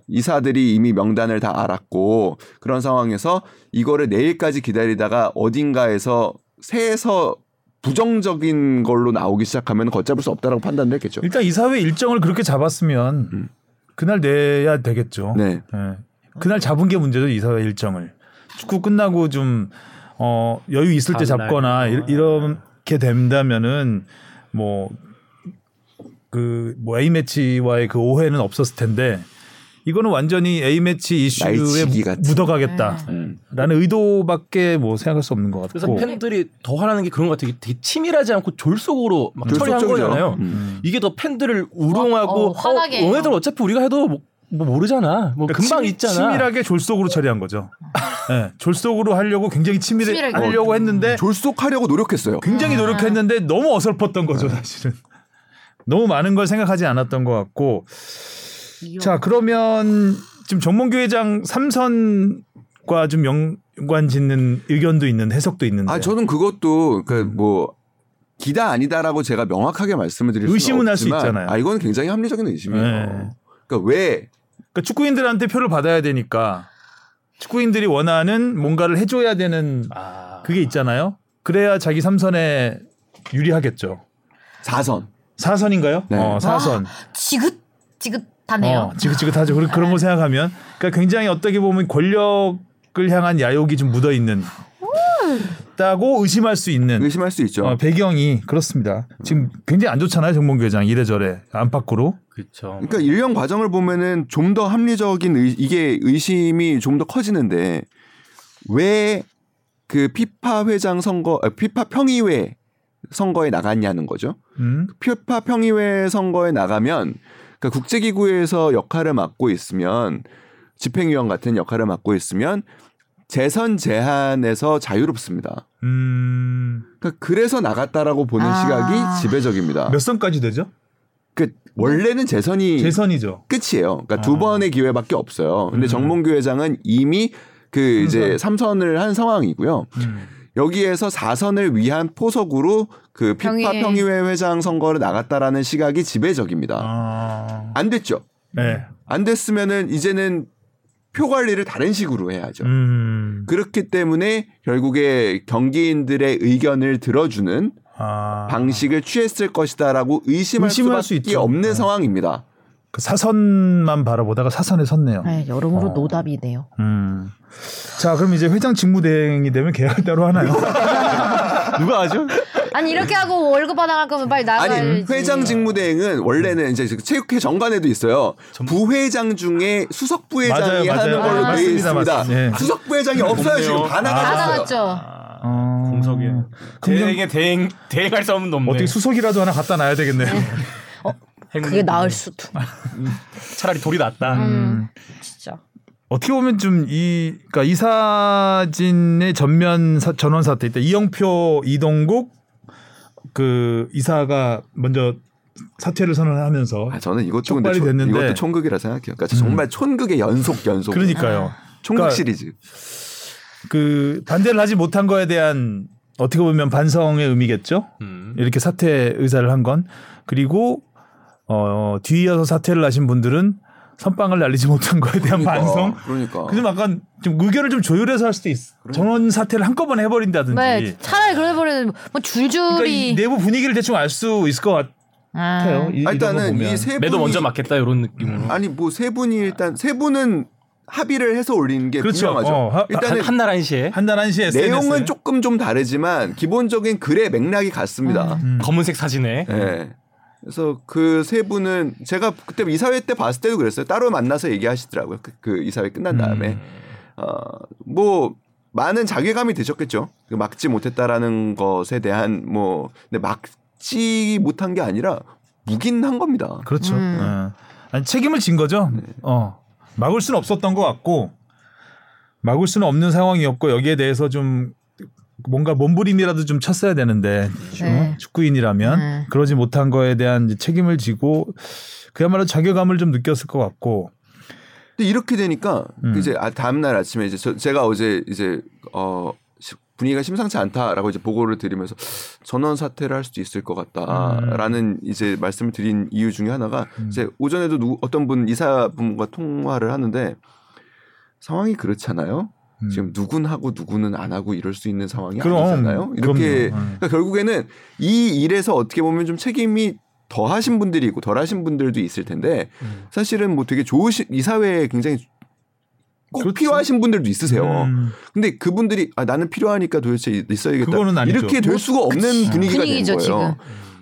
S4: 이사들이 이미 명단을 다 알았고 그런 상황에서 이거를 내일까지 기다리다가 어딘가에서 새에서 부정적인 걸로 나오기 시작하면 걷잡을 수 없다라고 판단을 했겠죠.
S2: 일단 이사회 일정을 그렇게 잡았으면
S4: 음.
S2: 그날 내야 되겠죠.
S4: 네.
S2: 예. 그날 잡은 게 문제죠 이사회 일정을 축구 끝나고 좀 어, 여유 있을 때
S3: 다음날.
S2: 잡거나 이- 이런 그렇게 된다면은 뭐 그 뭐 A 매치와의 그 오해는 없었을 텐데 이거는 완전히 A 매치 이슈에
S4: 날치기 같은.
S2: 묻어가겠다라는
S4: 음.
S2: 의도밖에 뭐 생각할 수 없는 것 같고.
S3: 네. 그래서 팬들이 더 화나는 게 그런 것 같아요. 되게 치밀하지 않고 졸속으로 막 처리한
S4: 졸속적이죠.
S3: 거잖아요.
S4: 음.
S3: 이게 더 팬들을 우롱하고
S1: 어, 어, 화나게 해요.
S3: 너네들 어차피 우리가 해도 뭐, 뭐 모르잖아. 뭐
S2: 그러니까
S3: 금방
S2: 치-
S3: 있잖아.
S2: 치밀하게 졸속으로 처리한 거죠. 예, 졸속으로 하려고 굉장히 치밀하게 음.
S1: 치밀하게.
S2: 하려고
S3: 네. 음.
S2: 했는데
S4: 졸속하려고 노력했어요.
S2: 굉장히 노력했는데 너무 어설펐던 거죠,
S3: 네.
S2: 사실은. 너무 많은 걸 생각하지 않았던 것 같고. 자, 그러면 지금 정몽규 회장 삼선과 좀 연관 짓는 의견도 있는 해석도 있는데.
S4: 아 저는 그것도
S2: 음.
S4: 그 뭐 기다 아니다라고 제가 명확하게 말씀을 드릴 수는
S2: 의심은 할수
S4: 없지만
S2: 있잖아요.
S4: 아 이건 굉장히 합리적인 의심이에요.
S2: 네.
S4: 그러니까 왜
S2: 그러니까 축구인들한테 표를 받아야 되니까 축구인들이 원하는 뭔가를 해줘야 되는
S3: 아,
S2: 그게 있잖아요. 그래야 자기 삼선에 유리하겠죠.
S4: 4선
S2: 4선인가요?
S4: 네.
S2: 어,
S1: 아,
S2: 4선.
S1: 지긋지긋하네요.
S2: 어, 지긋지긋하죠. 그런, 그런 거 생각하면. 그러니까 굉장히 어떻게 보면 권력을 향한 야욕이 좀 묻어 있는. 다고 의심할 수 있는
S4: 의심할 수 있죠.
S2: 어, 배경이 그렇습니다. 지금 굉장히 안 좋잖아요. 정봉규 회장 이래저래 안팎으로.
S3: 그렇죠.
S4: 그러니까 일련 과정을 보면은 좀 더 합리적인 의, 이게 의심이 좀 더 커지는데 왜 그 피파 회장 선거 아, 피파 평의회 선거에 나갔냐는 거죠.
S2: 음.
S4: 피파 평의회 선거에 나가면 그러니까 국제기구에서 역할을 맡고 있으면 집행위원 같은 역할을 맡고 있으면 재선 제한에서 자유롭습니다.
S2: 음.
S4: 그러니까 그래서 나갔다라고 보는
S1: 아.
S4: 시각이 지배적입니다.
S2: 몇 선까지 되죠?
S4: 그 원래는 재선이
S2: 재선이죠.
S4: 끝이에요. 그러니까
S2: 아.
S4: 두 번의 기회밖에 없어요. 근데
S2: 음.
S4: 정몽규 회장은 이미 그 이제 삼선을 한 상황이고요.
S2: 음.
S4: 여기에서 4선을 위한 포석으로 그 피파
S1: 평의회.
S4: 평의회 회장 선거를 나갔다라는 시각이 지배적입니다.
S2: 아.
S4: 안 됐죠.
S2: 네.
S4: 안 됐으면은 이제는 표 관리를 다른 식으로 해야죠.
S2: 음.
S4: 그렇기 때문에 결국에 경기인들의 의견을 들어주는
S2: 아.
S4: 방식을 취했을 것이다라고 의심할,
S2: 의심할 수
S4: 수밖에
S2: 있죠.
S4: 없는
S2: 네.
S4: 상황입니다.
S2: 그 사선만 바라보다가 사선에 섰네요.
S1: 네, 여러모로
S2: 어.
S1: 노답이네요.
S2: 음. 자, 그럼 이제 회장 직무대행이 되면 계약을 따로 하나요?
S4: 누가 하죠?
S1: 아니 이렇게 하고 월급 받아갈 거면 빨리 나가야지.
S4: 아니 회장 직무대행은 원래는 이제 그 체육회 정관에도 있어요. 부회장 중에 수석
S2: 맞아요,
S4: 부회장이
S2: 맞아요.
S4: 하는 걸로
S1: 아,
S4: 되어
S2: 맞습니다,
S4: 있습니다.
S2: 맞습니다. 예. 아,
S4: 수석 부회장이 없어요 지금 다
S1: 다
S4: 나갔어요.
S1: 나갔죠.
S2: 어.
S3: 공석이 대행에 대행 대행할 수 없는 놈네.
S2: 어떻게 수석이라도 하나 갖다 놔야 되겠네요.
S3: 행동.
S1: 그게 나을 수도.
S3: 차라리 돌이 낫다.
S1: 음. 진짜.
S2: 어떻게 보면 좀 이 그러니까 이사진의 전면 사- 전원 사태 때 이영표 이동국 그 이사가 먼저 사퇴를 선언하면서
S4: 아, 저는 이것도 근데
S2: 촉발이
S4: 초-
S2: 됐는데. 음.
S4: 이것도 총극이라 생각해요. 그러니까 정말 총극의 연속 연속.
S2: 그러니까요.
S4: 총극
S2: 그러니까
S4: 시리즈.
S2: 그 반대를 하지 못한 거에 대한 어떻게 보면 반성의 의미겠죠.
S3: 음.
S2: 이렇게 사퇴 의사를 한 건 그리고 어 뒤이어서 사퇴를 하신 분들은 선빵을 날리지 못한 거에 대한
S4: 그러니까,
S2: 반성.
S4: 그러니까.
S2: 어. 그좀 약간 좀 의견을 좀 조율해서 할 수도 있어. 전원 사퇴를 한꺼번에 해버린다든지.
S1: 네, 차라리 그래 버리는 뭐
S2: 그러니까 이
S1: 줄줄이. 아.
S2: 내부 분위기를 대충 알 수 있을 것 같아요. 이- 이런
S4: 아,
S2: 거
S4: 일단은
S2: 보면.
S4: 이 세 분이
S3: 매도 먼저 맞겠다 이런 느낌으로.
S4: 아니 뭐 세 분이 일단 세 분은 합의를 해서 올리는 게
S2: 그렇죠.
S4: 분명하죠.
S2: 어, 하-
S4: 일단은
S3: 한날 한시에
S2: 한달 한시에 SNS.
S4: 내용은 조금 좀 다르지만 기본적인 글의 맥락이 같습니다.
S2: 음.
S3: 검은색 사진에
S4: 예. 그래서 그 세 분은 제가 그때 이사회 때 봤을 때도 그랬어요. 따로 만나서 얘기하시더라고요. 그, 그 이사회 끝난 다음에 어, 어뭐 많은 자괴감이 드셨겠죠. 그 막지 못했다라는 것에 대한 뭐 근데 막지 못한 게 아니라 묵인한 겁니다.
S2: 그렇죠.
S1: 음.
S2: 어. 아니, 책임을 진 거죠.
S4: 네.
S2: 어. 막을 수는 없었던 것 같고 막을 수는 없는 상황이었고 여기에 대해서 좀 뭔가 몸부림이라도 좀 쳤어야 되는데
S1: 네.
S2: 어? 축구인이라면
S1: 네.
S2: 그러지 못한 거에 대한 이제 책임을 지고 그야말로 자괴감을 좀 느꼈을 것 같고
S4: 근데 이렇게 되니까
S2: 음.
S4: 이제 아, 다음날 아침에 이제 저, 제가 어제 이제 어 시- 분위기가 심상치 않다라고 이제 보고를 드리면서 전원 사퇴를 할 수도 있을 것 같다라는 이제 말씀을 드린 이유 중에 하나가 이제 오전에도 누구 어떤 분 이사분과 통화를 하는데 상황이 그렇잖아요.
S2: 음.
S4: 지금 누군 하고 누구는 안 하고 이럴 수 있는 상황이
S2: 그럼,
S4: 아니잖아요. 이렇게
S2: 그럼요. 음.
S4: 그러니까 결국에는 이 일에서 어떻게 보면 좀 책임이 더 하신 분들이
S2: 음.
S4: 있고 덜 하신 분들도 있을 텐데 사실은 뭐 되게 좋으신 이사회에 굉장히 꼭
S2: 그렇죠.
S4: 필요하신 분들도 있으세요.
S2: 음.
S4: 근데 그분들이 아 나는 필요하니까 도대체 있어야겠다.
S2: 그거는 아니죠.
S4: 이렇게 될 수가 없는 분위기가
S1: 분위기죠,
S4: 된 거예요.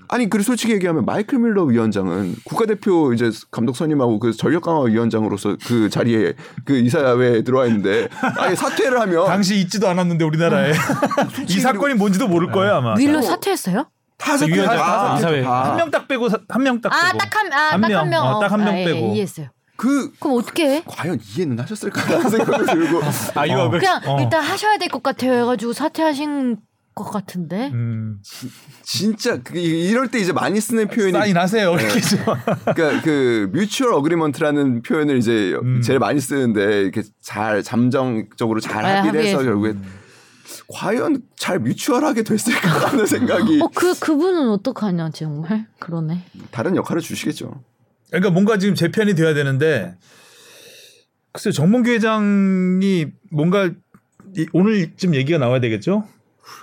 S4: 아니 그리고 솔직히 얘기하면 마이클 밀러 위원장은 국가대표 이제 감독 선임하고 그 전력 강화 위원장으로서 그 자리에 그 이사회에 들어와 있는데 아예 사퇴를 하면
S2: 당시 있지도 않았는데
S4: 음.
S2: 우리나라에 *laughs* 이 사건이 뭔지도 모를
S4: 네.
S2: 거예요 아마.
S1: 밀러 사퇴했어요?
S4: 다 사퇴
S2: 위원장, 아,
S4: 다
S2: 다
S3: 이사회.
S2: 한 명 딱 빼고 한 명 딱
S5: 아,
S2: 빼고.
S5: 딱 한, 아,
S2: 한
S5: 딱
S2: 명,
S5: 한 명.
S2: 어, 딱한
S5: 어.
S2: 명
S1: 예,
S2: 빼고.
S1: 예, 이해했어요.
S4: 그
S1: 그럼 어떻게 해?
S4: 과연 이해는 하셨을까라는 생각이
S2: *laughs*
S4: 들고
S3: 아 이거 왜-
S1: 그냥
S2: 어.
S1: 일단 하셔야 될 것 같아요. 해가지고 사퇴하신 것 같은데.
S2: 음,
S4: 진짜 그 이럴 때 이제 많이 쓰는 표현이 네.
S2: 사인하세요. 이렇게 좀. *laughs*
S4: 그러니까 그 뮤추얼 어그리먼트라는 표현을 이제
S2: 음.
S4: 제일 많이 쓰는데 이렇게 잘 잠정적으로 잘
S1: 아,
S4: 합의해서
S1: 합의해서.
S4: 결국에 과연 잘 뮤추얼하게 됐을까 하는 생각이
S1: *laughs* 어, 그, 그분은 어떡하냐, 정말. 그러네. *laughs*
S4: 다른 역할을 주시겠죠.
S2: 그러니까 뭔가 지금 재편이 돼야 되는데 글쎄 요 정몽규 회장이 뭔가 이- 오늘 좀 얘기가 나와야 되겠죠?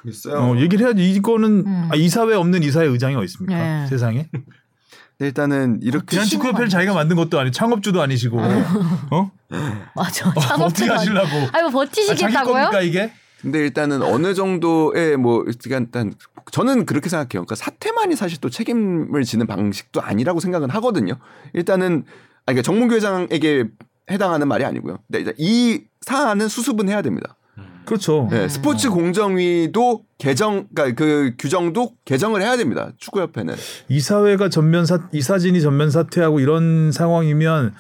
S4: 글쎄요.
S2: 어, 얘기를 해야지 이거는
S1: 음.
S2: 아, 이사회 없는 이사회 의장이 어디 있습니까?
S1: 네.
S2: 세상에
S4: 네, 일단은 이렇게
S2: 그냥 축구협회를 자기가 만든 것도 아니고 창업주도 아니시고 *laughs* 어?
S1: 맞아.
S2: 어
S1: 창업
S2: 떻게 하시려고
S1: 아니, 뭐
S2: 아, 자기
S1: 버티시겠다고요?
S2: 겁니까 이게?
S4: 근데 일단은 어느 정도의 뭐 그러니까 일단 저는 그렇게 생각해요. 그러니까 사태만이 사실 또 책임을 지는 방식도 아니라고 생각은 하거든요. 일단은 아 그러니까 정몽규 회장에게 해당하는 말이 아니고요. 근데 일단 이 사안은 수습은 해야 됩니다.
S2: 그렇죠.
S4: 네, 스포츠 공정위도 개정, 그러니까 그 규정도 개정을 해야 됩니다. 축구협회는.
S2: 이사회가 전면 사 이사진이 전면 사퇴하고 이런 상황이면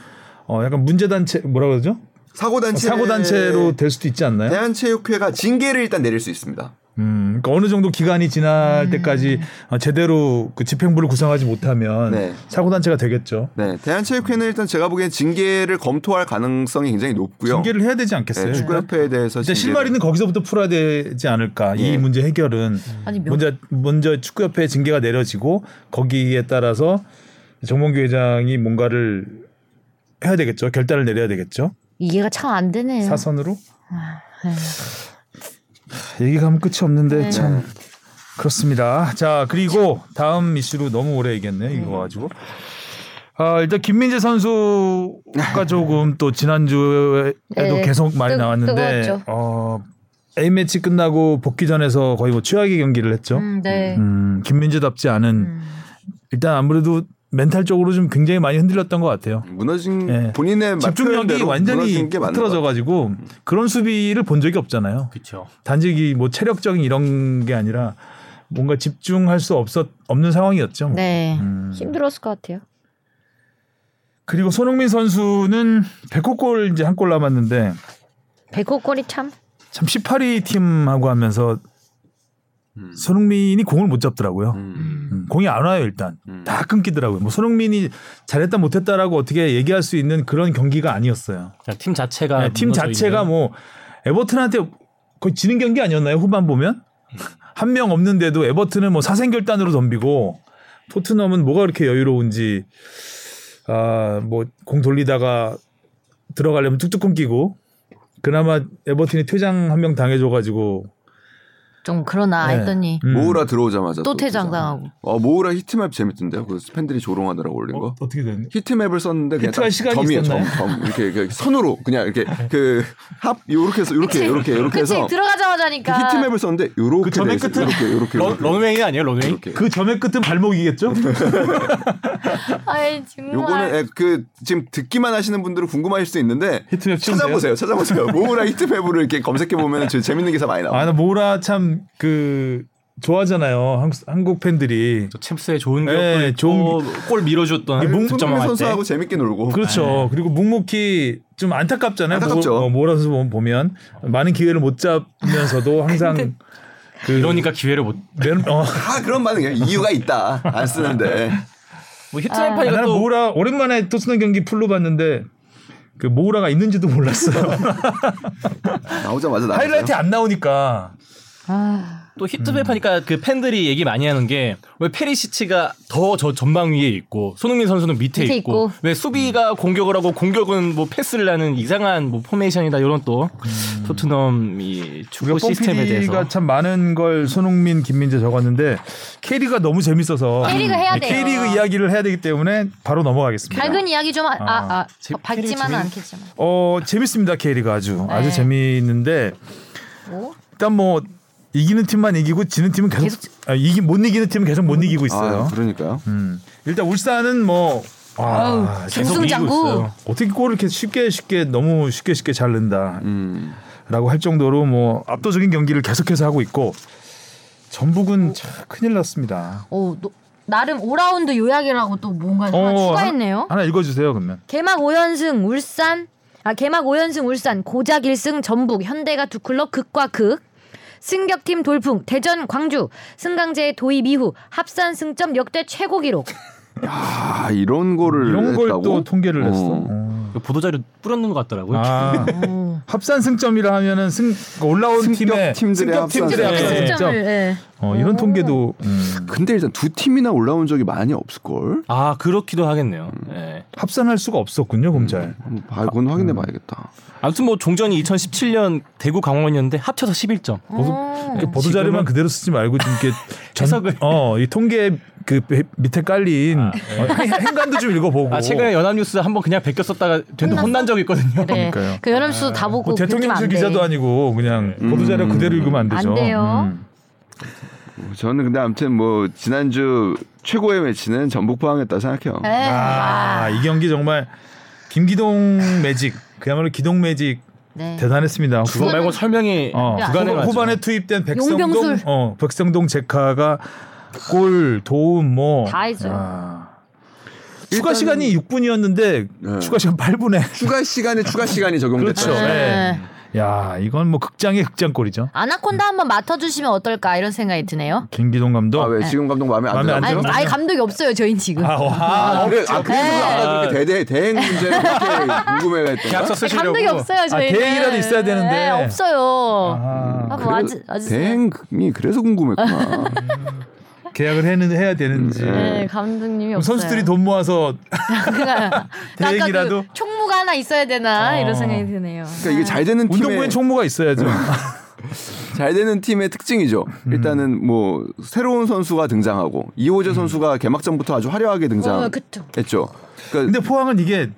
S2: 어 약간 문제 단체 뭐라 그러죠?
S4: 사고단체.
S2: 사고 단체로 될 수도 있지 않나요?
S4: 네. 대한체육회가 징계를 일단 내릴 수 있습니다.
S2: 음, 그러니까 어느 정도 기간이 지날
S4: 음.
S2: 때까지 어, 제대로 그 집행부를 구성하지 못하면
S4: 네.
S2: 사고 단체가 되겠죠.
S4: 네. 대한체육회는 일단 제가 보기엔 징계를 검토할 가능성이 굉장히 높고요.
S2: 징계를 해야 되지
S4: 네,
S2: 않겠어요?
S4: 축구협회에 대해서.
S2: 진짜
S4: 징계를-
S2: 실마리는 거기서부터 풀어야 되지 않을까?
S4: 예.
S2: 이 문제 해결은
S1: 아니, 몇,
S2: 먼저 먼저 축구협회 징계가 내려지고 거기에 따라서 정몽규 회장이 뭔가를 해야 되겠죠. 결단을 내려야 되겠죠.
S1: 이해가 참 안 되네요.
S2: 사선으로
S1: 에휴.
S2: 얘기하면 끝이 없는데
S1: 네.
S2: 참 그렇습니다. 자 그리고 다음 이슈로 너무 오래 얘기했네 이거 가지고. 아 일단 김민재 선수가 조금 또 지난주에도
S1: 네,
S2: 계속 많이
S1: 뜨-
S2: 나왔는데
S1: 뜨거웠죠.
S2: 어 A 매치 끝나고 복귀전에서 거의 뭐 최악의 경기를 했죠. 음,
S1: 음, 네.
S2: 김민재답지 않은
S1: 음.
S2: 일단 아무래도 멘탈적으로 좀 굉장히 많이 흔들렸던 것 같아요.
S4: 무너진
S2: 예.
S4: 본인의 말
S2: 집중력이
S4: 표현대로
S2: 완전히
S4: 무너진 게 맞는 것 음.
S2: 흐트러져가지고 그런 수비를 본 적이 없잖아요.
S3: 그쵸.
S2: 단지 이뭐 체력적인 이런 게 아니라 뭔가 집중할 수 없었 없는 상황이었죠.
S1: 네.
S2: 음.
S1: 힘들었을 것 같아요.
S2: 그리고 손흥민 선수는 100골 이제 한 골 남았는데
S1: 백호골이 그 참.
S2: 참 18위 팀하고 하면서
S4: 음.
S2: 손흥민이 공을 못 잡더라고요.
S4: 음.
S2: 음, 공이 안 와요 일단
S4: 음.
S2: 다 끊기더라고요. 뭐 손흥민이 잘했다 못했다라고 어떻게 얘기할 수 있는 그런 경기가 아니었어요.
S3: 그냥 팀 자체가
S2: 네, 팀
S3: 무너져
S2: 자체가
S3: 있는.
S2: 뭐 에버튼한테 거의 지는 경기 아니었나요? 후반 보면 *laughs* 한 명 없는데도 에버튼은 뭐 사생결단으로 덤비고 토트넘은 뭐가 그렇게 여유로운지 아뭐 공 돌리다가 들어가려면 뚝뚝 끊기고 그나마 에버튼이 퇴장 한 명 당해줘가지고
S1: 좀 그러나
S2: 네.
S1: 아, 했더니
S2: 음.
S4: 모우라 들어오자마자
S1: 또 퇴장당하고.
S4: 어 모우라 히트맵 재밌던데요. 그 팬들이 조롱하느라 올린 거.
S2: 어, 어떻게 됐니?
S4: 히트맵을 썼는데 그냥
S2: 히트할
S4: 딱
S2: 시간이
S4: 점이에요. 점,
S2: 있었나요?
S4: 점 이렇게, 그 선으로 그냥 이렇게 그 합 요렇게 해서 요렇게 요렇게 요렇게
S1: 그치
S4: 해서 그
S1: 들어가자마자니까.
S4: 히트맵을 썼는데 요렇게
S2: 그 점의
S4: 돼 있어요.
S2: 끝은
S4: 요렇게 요렇게
S3: 런,
S4: 요렇게
S3: 런웨이 아니에요 런웨이?
S4: 요렇게.
S2: 그 점의 끝은
S4: *laughs*
S2: 발목이겠죠?
S1: 아이 정말.
S4: 요거는 예, 그 지금 듣기만 하시는 분들은 궁금하실 수 있는데
S2: 히트맵 치면
S4: 찾아보세요. 찾아보세요. 모우라 히트맵을 이렇게 검색해 보면 제 재밌는 기사 많이 나와요.
S2: 아나 모라 참 그 좋아하잖아요 한국, 한국 팬들이
S3: 또 챔스의 좋은 기억도
S2: 네,
S3: 있고
S4: 어,
S2: 좋은-
S3: 골 밀어줬던
S2: 이게 뭉-
S4: 손흥민
S3: 득점왕 할 때.
S4: 선수하고 재밌게 놀고
S2: 그렇죠. 그리고 묵묵히 좀 안타깝잖아요.
S4: 안타깝죠.
S2: 모, 어, 모라 선수 보면- 보면 많은 기회를 못 잡으면서도 항상 그
S3: 이러니까 기회를 못.
S2: 맨,
S3: *laughs*
S2: 어,
S4: 다 그런 반응이에요. 이유가 있다. 안 쓰는데
S3: 뭐
S1: 아,
S3: 히트라이파니가
S2: 나는
S3: 또
S2: 모라 오랜만에 토트넘 경기 풀로 봤는데 그 모라가 있는지도 몰랐어요.
S4: 나오자마자 나왔어요.
S2: 하이라이트 안 나오니까
S1: 아,
S3: 또 히트맵 하니까 그 팬들이 얘기 많이 하는 게 왜 페리시치가 더 저 전방 위에 있고 손흥민 선수는 밑에,
S1: 밑에
S3: 있고,
S1: 있고.
S3: 왜 수비가 공격을 하고 공격은 뭐 패스를 하는 이상한 뭐 포메이션이다 이런 또 토트넘이 축구
S2: 우리가
S3: 시스템에 대해서
S2: 음. 뽕피디가 참 많은 걸 손흥민, 김민재 적었는데 K리그가 너무 재밌어서 네,
S5: K리그 해야 돼요.
S2: K리그 이야기를 해야 되기 때문에 바로 넘어가겠습니다.
S1: 밝은 이야기 좀 아, 아, 아
S3: 제-
S5: 밝지만은
S3: 재밌-
S5: 않겠지만.
S2: 어 재밌습니다 K리그 아주
S1: 네.
S2: 아주 재미있는데
S1: 어?
S5: 뭐?
S2: 일단 뭐 이기는 팀만 이기고 지는 팀은 계속, 아, 이기 못 이기는 팀은 계속 못 이기고 있어요.
S4: 아, 그러니까요.
S2: 음. 일단 울산은 뭐 아,
S1: 아우,
S2: 계속
S1: 우승
S2: 이기고
S1: 장구.
S2: 있어요. 어떻게 골을 이렇게 쉽게 쉽게 너무 쉽게 쉽게 잘 넣는다.
S4: 음.
S2: 라고 할 정도로 뭐 압도적인 경기를 계속해서 하고 있고 전북은 참 큰일 났습니다.
S1: 어, 노- 나름 5라운드 요약이라고 또 뭔가 하나
S2: 어,
S1: 아, 추가했네요.
S2: 하나 읽어주세요 그러면.
S1: 개막 5연승 울산 아 개막 5연승 울산 고작 1승 전북 현대가 두 클럽 극과 극 승격팀 돌풍 대전 광주 승강제 도입 이후 합산 승점 역대 최고 기록
S4: 아 이런 거를
S2: 이런 걸
S4: 했다고?
S2: 또 통계를 했어.
S4: 어.
S2: 어.
S3: 그 보도자료 뿌렸는 것 같더라고요.
S2: 아,
S1: 어,
S2: 합산 승점이라 하면은 승 올라온
S4: 음. 승격
S2: 팀의
S4: 팀들의
S2: 승격
S4: 합산
S2: 팀들의
S3: 승점.
S2: 합산
S3: 네.
S2: 승점.
S1: 승점을 예.
S2: 어, 이런 통계도 음,
S4: 근데 일단 두 팀이나 올라온 적이 많이 없을 걸.
S3: 아 그렇기도 하겠네요.
S2: 음.
S3: 예.
S2: 합산할 수가 없었군요 검찰.
S4: 한번 봐, 그건
S2: 아, 음.
S4: 확인해 봐야겠다.
S3: 아무튼 뭐 종전이 2017년 대구 강원이었는데 합쳐서 11점.
S1: 어.
S2: 그 보도 자료만 그대로 쓰지 말고 좀 이렇게 전-
S3: 해석을.
S2: 어, 이 통계 그 배- 밑에 깔린 어, 행- 행간도 좀 읽어보고.
S3: 아 최근에 연합뉴스 한번 그냥 베꼈었다가 된도 혼난 적 있거든요.
S1: 그래
S2: 아, 그러니까요.
S1: 그 연합수 다 보고
S2: 뭐 대통령실
S1: 안 돼.
S2: 기자도 아니고 그냥
S4: 음.
S2: 보도자료 그대로 읽으면 안 되죠. 음.
S1: 안 돼요.
S4: 저는 근데 아무튼 뭐 지난주 최고의 매치는 전북 포항했다 생각해요.
S1: 네.
S5: 에,
S2: 아, 이 경기 정말 김기동 매직 그야말로 기동 매직
S1: 네.
S2: 대단했습니다.
S3: 그거 말고 설명이
S2: 어,
S1: 야,
S2: 후반-
S3: 불가능하죠.
S2: 후반에 투입된 백성동
S1: 용병술.
S2: 어, 백성동 제카가 골 도움 뭐
S1: 다 했어요.
S2: 아. 추가 시간이 6분이었는데
S4: 네.
S2: 추가 시간
S4: *laughs*
S2: 8분에
S4: 추가 시간에 추가 시간이 적용됐죠.
S2: 그렇죠.
S1: 네.
S2: 야 이건 뭐 극장의 극장골이죠.
S1: 아나콘다 한번 맡아주시면 어떨까 이런 생각이 드네요.
S2: 김기동 감독.
S4: 아 왜 지금 감독 마음에 안
S2: 마음에
S4: 들어?
S2: 안
S1: 아니,
S2: 들어?
S1: 아예 감독이 없어요 저희 지금.
S2: 아, 와.
S4: 아, 그래, 아 그래서
S1: 네.
S4: 아까 그렇게 대대 대행 문제를 그렇게
S2: *laughs*
S4: 궁금해했던.
S3: 계약서 쓰시려고.
S1: 감독이 없어요 저희.
S2: 대행이라도 아, 있어야 되는데.
S1: 네, 없어요.
S2: 아.
S1: 아, 뭐 아직 아직
S4: 대행이 그래서
S1: 음.
S4: 궁금했구나. 그러니까
S2: 계약을 해는 해야 되는지.
S4: 음,
S1: 네, 감독님이
S2: 그럼
S1: 없어요. 그러니까
S2: 선수들이 돈 모아서 *laughs* 대행이라도?
S1: 그 총무가 하나 있어야 되나
S2: 어.
S1: 이런 생각이 드네요.
S4: 그러니까 이게 잘 되는 팀의
S2: 운동부엔 총무가 있어야죠.
S4: 네.
S2: 아,
S4: 잘 되는 팀의 특징이죠.
S2: 음.
S4: 일단은 뭐 새로운 선수가 등장하고 이호재 선수가 개막전부터 아주 화려하게
S1: 어,
S4: 등장했죠.
S1: 그쵸.
S4: 그러니까
S2: 근데 포항은 이게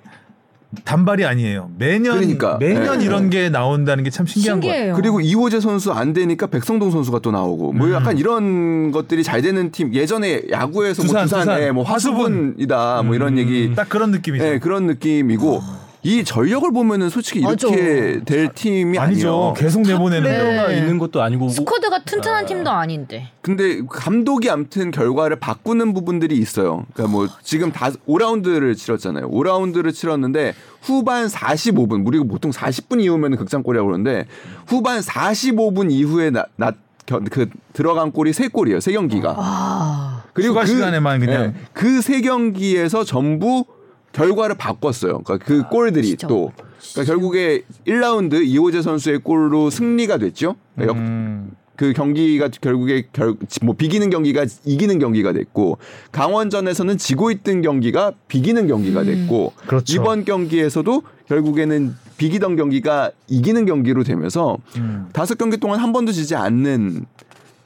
S2: 단발이 아니에요. 매년
S4: 그러니까.
S2: 매년
S4: 네.
S2: 이런 게 나온다는 게 참 신기한 거예요.
S1: 신기해요.
S4: 그리고 이호재 선수 안 되니까 백성동 선수가 또 나오고
S2: 음.
S4: 뭐 약간 이런 것들이 잘 되는 팀 예전에 야구에서
S2: 두산,
S4: 뭐 두산에
S2: 두산. 음,
S4: 뭐 화수분이다 뭐 이런 얘기
S2: 딱 그런 느낌이죠.
S4: 네, 그런 느낌이고 이 전력을 보면은 솔직히
S1: 맞아.
S4: 이렇게 될 팀이
S2: 아니죠.
S4: 아니죠.
S2: 계속 내보내는 거.
S3: 예, 플레이어가 있는 것도 아니고
S1: 네. 스쿼드가 튼튼한 팀도 아닌데.
S4: 근데 감독이 암튼 결과를 바꾸는 부분들이 있어요. 그러니까 뭐 지금 다 5라운드를 치렀잖아요. 5라운드를 치렀는데 후반 45분, 우리가 보통 40분 이후면 극장골이라고 그러는데 후반 45분 이후에 나, 나- 겨- 그 들어간 골이 세 골이에요. 세 경기가. 그리고
S2: 추가 아. 시간에만 예.
S1: 네.
S2: 그냥. 예.
S4: 그세 경기에서 전부 결과를 바꿨어요. 그러니까 그 골들이
S1: 아, 진짜.
S4: 또 그러니까 결국에 1라운드 이호재 선수의 골로 승리가 됐죠. 그러니까 역-
S2: 음,
S4: 그 경기가 결국에 결, 뭐 비기는 경기가 이기는 경기가 됐고 강원전에서는 지고 있던 경기가 비기는
S1: 음.
S4: 경기가 됐고
S2: 그렇죠.
S4: 이번 경기에서도 결국에는 비기던 경기가 이기는 경기로 되면서
S2: 음.
S4: 다섯 경기 동안 한 번도 지지 않는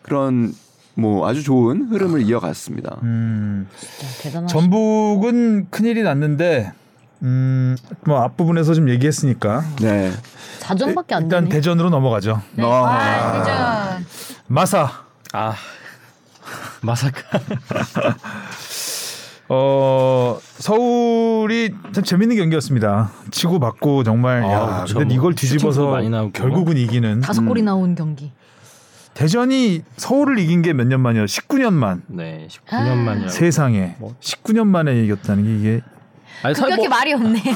S4: 그런 뭐 아주 좋은 흐름을 이어갔습니다.
S2: 음.
S1: 진짜 대단하시.
S2: 전북은 큰일이 났는데 음, 뭐 앞부분에서 좀 얘기했으니까
S4: 네.
S1: 자전밖에 안
S2: 일단
S1: 되네.
S2: 대전으로 넘어가죠.
S1: 네. 아, 대전.
S2: 마사
S3: 아 마사카
S2: 어 서울이 참 재밌는 경기였습니다. 치고 받고 정말
S3: 아,
S2: 야,
S3: 그쵸.
S2: 근데
S3: 뭐
S2: 이걸
S3: 슈팅도
S2: 뒤집어서
S3: 많이 나오고.
S2: 결국은 이기는
S1: 다섯 골이 나온 경기.
S2: 대전이 서울을 이긴 게 몇 년 만이요? 19년 만
S3: 네
S1: 아.
S3: 뭐. 19년 만이야.
S2: 세상에 19년 만에 이겼다는 게 이게
S3: 아니 사-
S1: 그렇게
S3: 뭐-
S1: 말이 없네요.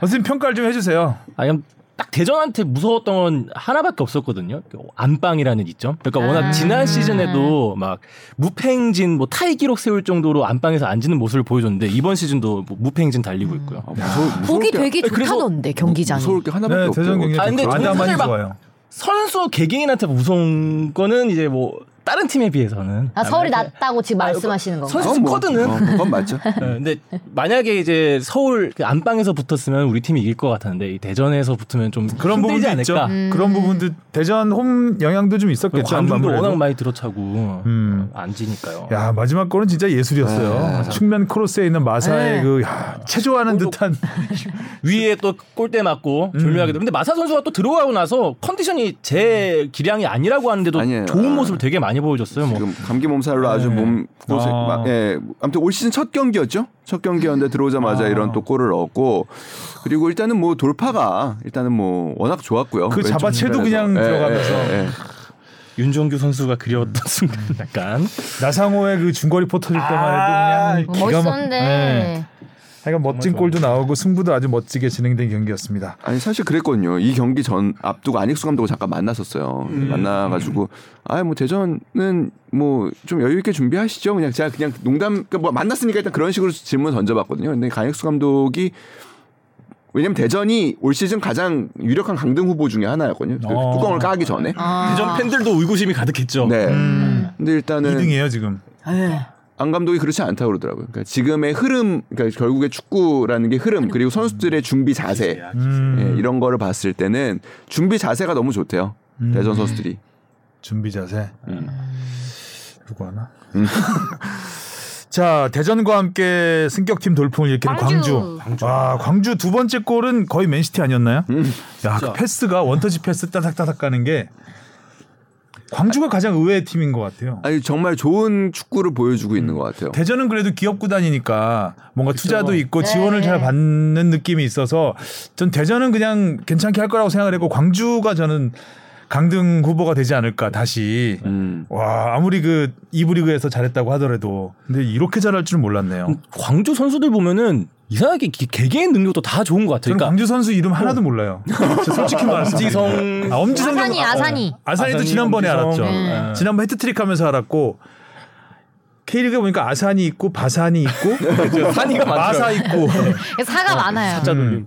S2: 선생님 평가를 좀 해주세요.
S3: 아니 그냥 딱 대전한테 무서웠던 건 하나밖에 없었거든요. 그 안방이라는 이점. 그러니까 워낙
S1: 아.
S3: 지난 시즌에도 막 무패행진 뭐 타이 기록 세울 정도로 안방에서 안 지는 모습을 보여줬는데 이번 시즌도 뭐 무패행진
S1: 음.
S3: 달리고 있고요.
S4: 아, 무서, 무서울
S1: *laughs* 보기
S4: 게-
S1: 되게
S3: 그래서-
S1: 좋다던데 경기장이.
S4: 무서울 게 하나밖에
S2: 네,
S4: 없죠.
S2: 대전 경기
S3: 아, 근데
S2: 아담만이
S3: 전북을 막-
S2: 좋아요.
S3: 선수 개개인한테 무서운 거는 이제 뭐 다른 팀에 비해서는
S1: 아, 서울이
S3: 아무래도-
S1: 낮다고 지금
S3: 아,
S1: 말씀하시는 건가?
S3: 선-
S4: 그건 *laughs* 뭐,
S3: 스쿼드는?
S4: 어, 그건 맞죠.
S3: 네, 근데 만약에 이제 서울 그 안방에서 붙었으면 우리 팀이 이길 것 같았는데 이 대전에서 붙으면 좀
S2: 그런
S3: 힘들지
S2: 부분도
S3: 않을까. 음.
S2: 있죠. 그런 부분도 대전 홈 영향도 좀 있었겠죠.
S3: 그 관중도
S2: 아무래도.
S3: 워낙 많이 들어차고
S2: 음.
S3: 안 지니까요.
S2: 야 마지막 거는 진짜
S3: 네,
S2: 예술이었어요. 측면 크로스에 있는 마사의
S1: 네.
S2: 그 야, 체조하는 듯한
S3: 뭐 위에 또 골대 맞고 졸려하게 되 근데 마사 선수가 또 들어가고 나서 컨디션이 제 기량이 아니라고 하는데도
S4: 아니에요.
S3: 좋은
S4: 아.
S3: 모습을 되게 많이 보여줬어요. 뭐
S4: 지금 감기 몸살로 아주 몸 고생.
S2: 아.
S4: 막, 예. 아무튼 올 시즌 첫 경기였죠. 첫 경기였는데
S2: 아.
S4: 들어오자마자 이런 또 골을 넣었고 그리고 일단은 뭐 돌파가 일단은 뭐 워낙 좋았고요.
S2: 그
S4: 왼쪽
S2: 잡아채도
S4: 측면에서.
S3: 네,
S4: 예,
S2: 그냥 들어가면서.
S3: 윤종규 선수가 그리웠던 순간 약간
S2: 나상호의 그 중거리 포터질
S3: 아,
S2: 때만 해도 그냥 기가 막.
S1: 뭐 멋있었는데.
S2: 네. 하여간 멋진 골도 나오고 승부도 아주 멋지게 진행된 경기였습니다.
S4: 아니 사실 그랬거든요. 이 경기 전 앞두고 안익수 감독을 잠깐 만났었어요.
S2: 음.
S4: 만나가지고 아뭐 대전은 뭐 좀 여유 있게 준비하시죠. 그냥 제가 그냥 농담 그러니까 뭐 만났으니까 일단 그런 식으로 질문 을 던져봤거든요. 근데 안익수 감독이 왜냐면 대전이 올 시즌 가장 유력한 강등 후보 중에 하나였거든요. 그
S2: 어.
S4: 뚜껑을 까기 전에.
S1: 아.
S3: 대전 팬들도 의구심이 가득했죠.
S4: 네.
S1: 음.
S4: 근데 일단은
S2: 2등이에요 지금.
S1: 네.
S4: 안 감독이 그렇지 않다고 그러더라고요. 그러니까 지금의 흐름, 그러니까 결국에 축구라는 게 흐름 그리고 선수들의 준비 자세
S2: 음,
S4: 예, 이런 거를 봤을 때는 준비 자세가 너무 좋대요.
S2: 음.
S4: 대전 선수들이.
S2: 준비 자세.
S4: 음.
S2: 누구 하나? *laughs* 자 대전과 함께 승격팀 돌풍을 일으키는
S5: 광주.
S2: 광주. 와 광주 두 번째 골은 거의 맨시티 아니었나요? 야그 패스가 원터치 패스 따닥따닥 가는 게 광주가 가장 의외의 팀인 것 같아요.
S4: 아니 정말 좋은 축구를 보여주고 있는 것 같아요.
S2: 대전은 그래도 기업 구단이니까 뭔가 투자도 있고
S1: 네.
S2: 지원을 잘 받는 느낌이 있어서 전 대전은 그냥 괜찮게 할 거라고 생각을 했고 광주가 저는 강등 후보가 되지 않을까 다시
S4: 음.
S2: 와 아무리 그 이부 리그에서 잘했다고 하더라도 근데 이렇게 잘할 줄은 몰랐네요.
S3: 광주 선수들 보면은 이상하게 기- 개개인 능력도 다 좋은 것 같아요.
S2: 저는
S3: 그러니까
S2: 광주 선수 이름 하나도 몰라요. 저 *laughs* 솔직히 말씀드리면
S3: 지성
S2: 아, 어. 엄지성
S1: 아산이
S2: 정도-
S1: 아산이.
S2: 아산이도 지난번에 알았죠.
S1: 네.
S2: 지난번 헤트트릭 하면서 알았고 K리그 보니까 아산이 있고 네, 바산이 *laughs* 있고
S3: 산이가
S2: 마사
S3: 많더라고요.
S2: *laughs* 있고
S1: 네, 사가 많아요.
S3: 진짜
S2: 음.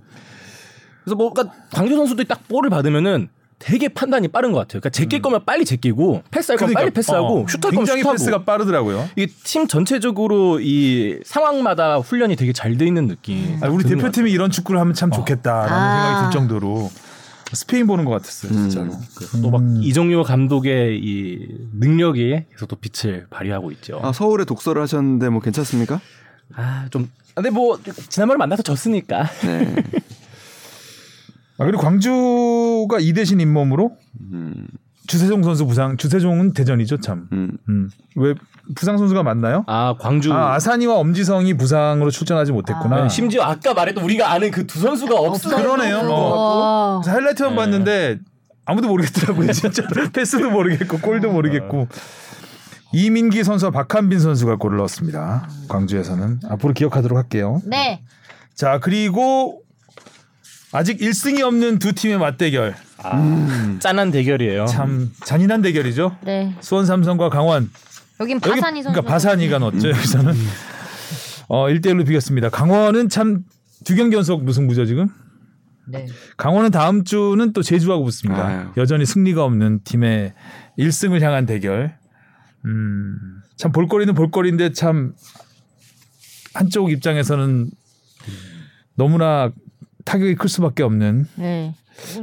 S3: 그래서 뭔가 광주 선수들이 딱 볼을 받으면은 되게 판단이 빠른 것 같아요. 그러니까 제낄 거면 빨리 제끼고 패스할 거면 빨리 패스하고
S2: 음. 어,
S3: 슈트할 거면
S2: 굉장히
S3: 슈트하고
S2: 패스가 빠르더라고요.
S3: 이게 팀 전체적으로 이 상황마다 훈련이 되게 잘 돼 있는 느낌.
S2: 아, 우리
S3: 드는 것
S2: 대표팀이 이런 축구를 하면 참 좋겠다라는
S1: 아.
S2: 생각이 들 정도로 스페인 보는 것 같았어요, 진짜로.
S3: 같아요. 또막 이정료 감독의 이 능력이 계속 또 빛을 발휘하고 있죠.
S4: 아 서울에 독서를 하셨는데 뭐 괜찮습니까?
S3: 아 좀 근데 뭐 지난번에 만나서 졌으니까
S4: 네.
S2: 아, 그리고 광주가 이 대신 잇몸으로
S4: 음.
S2: 주세종 선수 부상. 주세종은 대전이죠, 참.
S4: 음.
S2: 음. 왜 부상 선수가 맞나요?
S3: 아 *laughs* 광주
S2: 아, 아산이와 엄지성이 부상으로 출전하지 못했구나.
S1: 아.
S3: 심지어 아까 네. 말했던 우리가 아는 그 두 선수가 없어
S2: 그러네요.
S1: 뭐
S2: 어.
S1: 와.
S2: 그래서 하이라이트만
S3: 네.
S2: 봤는데 아무도
S3: *laughs*
S2: 모르겠더라고요. 진짜 패스도 모르겠고 골도 모르겠고
S3: 아.
S2: 이민기 선수와 박한빈 선수가 골을 넣었습니다. 광주에서는 앞으로 기억하도록 할게요.
S1: 네.
S2: 자 그리고 아직 1승이 없는 두 팀의 맞대결
S3: 아, 짠한 대결이에요.
S2: 음. 참 잔인한 대결이죠.
S1: 네.
S2: 수원 삼성과 강원
S1: 여긴
S2: 여기
S1: 바산이 선수.
S2: 그러니까 바산이가 넣었죠 여기서는 어 1대1로 비겼습니다. 강원은 참 두 경기 연속 무승부죠 지금.
S1: 네.
S2: 강원은 다음 주는 또 제주하고 붙습니다.
S4: 아유.
S2: 여전히 승리가 없는 팀의 1승을 향한 대결. 음, 참 볼거리는 볼거리인데 참 한쪽 입장에서는 너무나 타격이 클 수밖에 없는
S1: 네.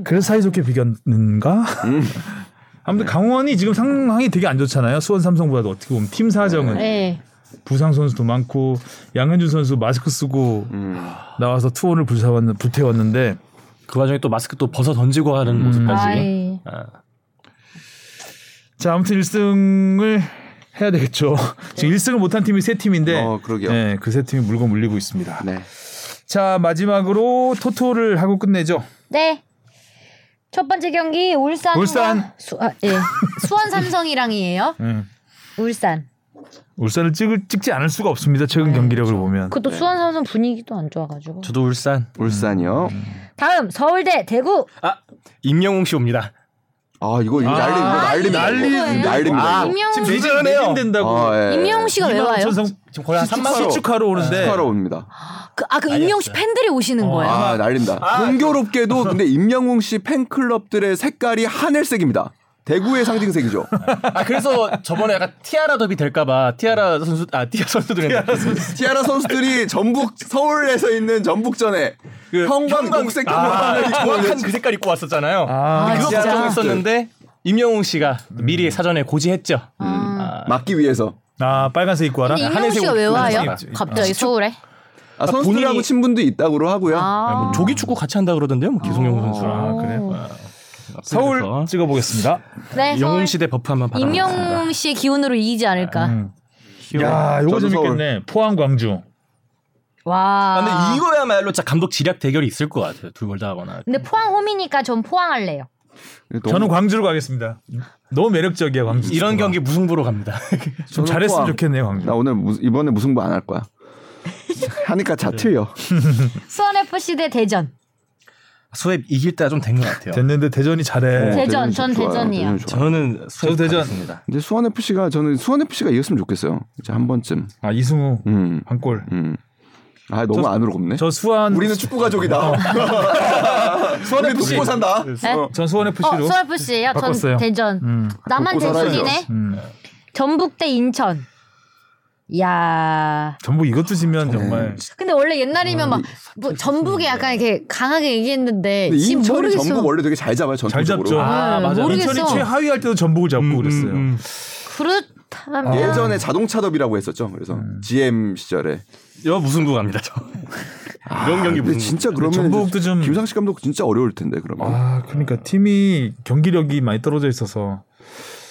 S2: 그래서 사이좋게 비겼는가?
S4: 음.
S2: *laughs* 아무튼
S4: 네.
S2: 강원이 지금 상황이 되게 안 좋잖아요. 수원 삼성보다도 어떻게 보면 팀 사정은
S1: 네.
S2: 부상 선수도 많고 양현준 선수 마스크 쓰고
S4: 음.
S2: 나와서 투혼을 불사왔는 불태웠는데
S3: 그 와중에 또 마스크 또 벗어 던지고 하는
S2: 음.
S3: 모습까지.
S1: 아이.
S3: 아,
S2: 자, 아무튼 1승을 해야
S4: *laughs*
S2: 되겠죠. 지금 1승을 못한 팀이 세 팀인데,
S4: 어, 그러게요.
S2: 네, 그 세 팀이 물고 물리고 있습니다.
S4: 네.
S2: 자, 마지막으로 토토를 하고 끝내죠.
S1: 네. 첫 번째 경기 울산과
S2: 울산.
S1: 수, 아, 예. 수원 삼성이랑이에요.
S2: 음.
S1: 울산.
S2: 울산을 찍을, 찍지 않을 수가 없습니다. 최근 경기력을 보면.
S1: 네. 그것도 수원 삼성 분위기도 안 좋아가지고.
S3: 저도 울산.
S4: 울산이요.
S1: 다음 서울대 대구.
S3: 아 임영웅 씨 옵니다.
S4: 아 이거 이거
S2: 아,
S4: 난리 이거 난리
S5: 이거
S4: 난리
S5: 뭐예요?
S4: 난립니다.
S1: 아,
S4: 네, 이거.
S1: 임영웅
S2: 지금 매진
S3: 미전해요.
S2: 매진 네, 된다고.
S4: 아, 예.
S1: 임영웅 씨가 왜 와요?
S3: 지금 거의 한 3만 원.
S2: 시축하러 오는데
S4: 축하러 옵니다.
S1: 그, 아, 그 임영웅 씨 팬들이 오시는 거예요.
S4: 아 난린다. 공교롭게도 근데 임영웅 씨 팬클럽들의 색깔이 하늘색입니다. 대구의 *laughs* 상징색이죠.
S3: 아 그래서 저번에 약간 티아라 더비 될까봐 티아라 선수 아 티아 선수들이
S4: 티아라 선수들이 전북 서울에서 있는 전북전에
S2: 그
S4: 형광 녹색
S3: 아,
S4: 형광을 입고
S3: 정확한
S4: 있는
S3: 그 색깔 입고 왔었잖아요. 음.
S2: 아,
S3: 그거
S1: 진짜?
S3: 걱정했었는데 임영웅 씨가 미리 사전에 고지했죠. 아,
S4: 막기 위해서.
S2: 아 빨간색 입고 와라.
S1: 근데 임영웅
S3: 하늘색
S1: 씨가 왜
S3: 옷,
S1: 와요?
S2: 하늘색 입지.
S1: 갑자기 서울에?
S4: 아,
S3: 아,
S4: 선수들하고
S3: 본인이-
S4: 친분도 있다고 하고요.
S1: 아.
S3: 뭐 조기 축구 같이 한다 그러던데요, 뭐 기성용
S2: 아
S3: 선수랑.
S2: 그래.
S3: 그래서
S2: 서울 찍어보겠습니다.
S1: 네,
S3: 영웅
S1: 서울
S3: 시대 버프 한번 받아봤습니다.
S1: 임영웅 씨의 기운으로 이기지 않을까.
S2: 야 이거
S4: 저도
S2: 재밌겠네. 포항 광주.
S1: 와.
S3: 아, 근데 이거야말로 진짜 감독 지략 대결이 있을 것 같아요. 둘 골다 하거나.
S1: 근데 포항 홈이니까 전 포항 할래요.
S4: 너무-
S2: 저는 광주로 가겠습니다. 너무 매력적이야 광주.
S3: 이런
S2: 축구가.
S3: 경기 무승부로 갑니다.
S2: 좀
S4: 저는
S2: 잘했으면
S4: 포항.
S2: 좋겠네요 광주.
S4: 나 오늘 무, 이번에 무승부 안 할
S1: *laughs*
S4: 거야. 하니까 자 틀려.
S1: 수원 FC 대 대전.
S3: *laughs* 수협 이길 때가 좀 된 것 같아요.
S2: 됐는데 대전이 잘해.
S4: 대전이
S1: 대전, 네. 전
S4: 네. 좋아요.
S1: 대전이요.
S4: 대전이 좋아요.
S3: 저는 수협
S2: 저도 대전.
S3: 가겠습니다.
S4: 근데 수원 FC가 저는 수원 FC가 이겼으면 좋겠어요. 이제 한 번쯤.
S2: 아 이승우
S4: 음.
S2: 한 골.
S4: 음. 아 너무 안으로 굽네.
S2: 저 수원
S4: 우리는 축구
S2: *laughs*
S4: 가족이다. *laughs* 수원 FC 돕고 산다.
S1: 네?
S4: 어.
S2: 전 수원
S1: 어,
S2: FC로.
S1: 수원 FC예요.
S2: 바꿨어요.
S1: 전 대전.
S2: 음.
S1: 나만
S4: 먹고 어, 살아야죠.
S1: 대전이네.
S2: 음.
S1: 전북 대 인천. 야.
S2: 전북 이것도 지면 정말
S1: 근데 원래 옛날이면
S4: 아,
S1: 막 뭐 전북에 약간 이렇게 강하게 얘기했는데
S4: 근데
S1: 지금
S4: 인천이
S1: 모르겠어.
S4: 전북 원래 되게 잘 잡아요.
S2: 잘
S4: 전적으로.
S2: 잡죠.
S1: 아, 맞아. 모르겠어.
S2: 인천이 최하위 할 때도 전북을 잡고
S3: 음,
S2: 그랬어요. 아,
S1: 그렇다면
S4: 예전에 자동차 더비라고 했었죠. 그래서 GM 시절에.
S3: 여 무승부 갑니다. 저. 이런 경기
S4: 근데
S3: 무승부.
S4: 진짜 그러면
S2: 전북도 좀-
S4: 김상식 감독 진짜 어려울 텐데 그러면.
S2: 아, 그러니까 팀이 경기력이 많이 떨어져 있어서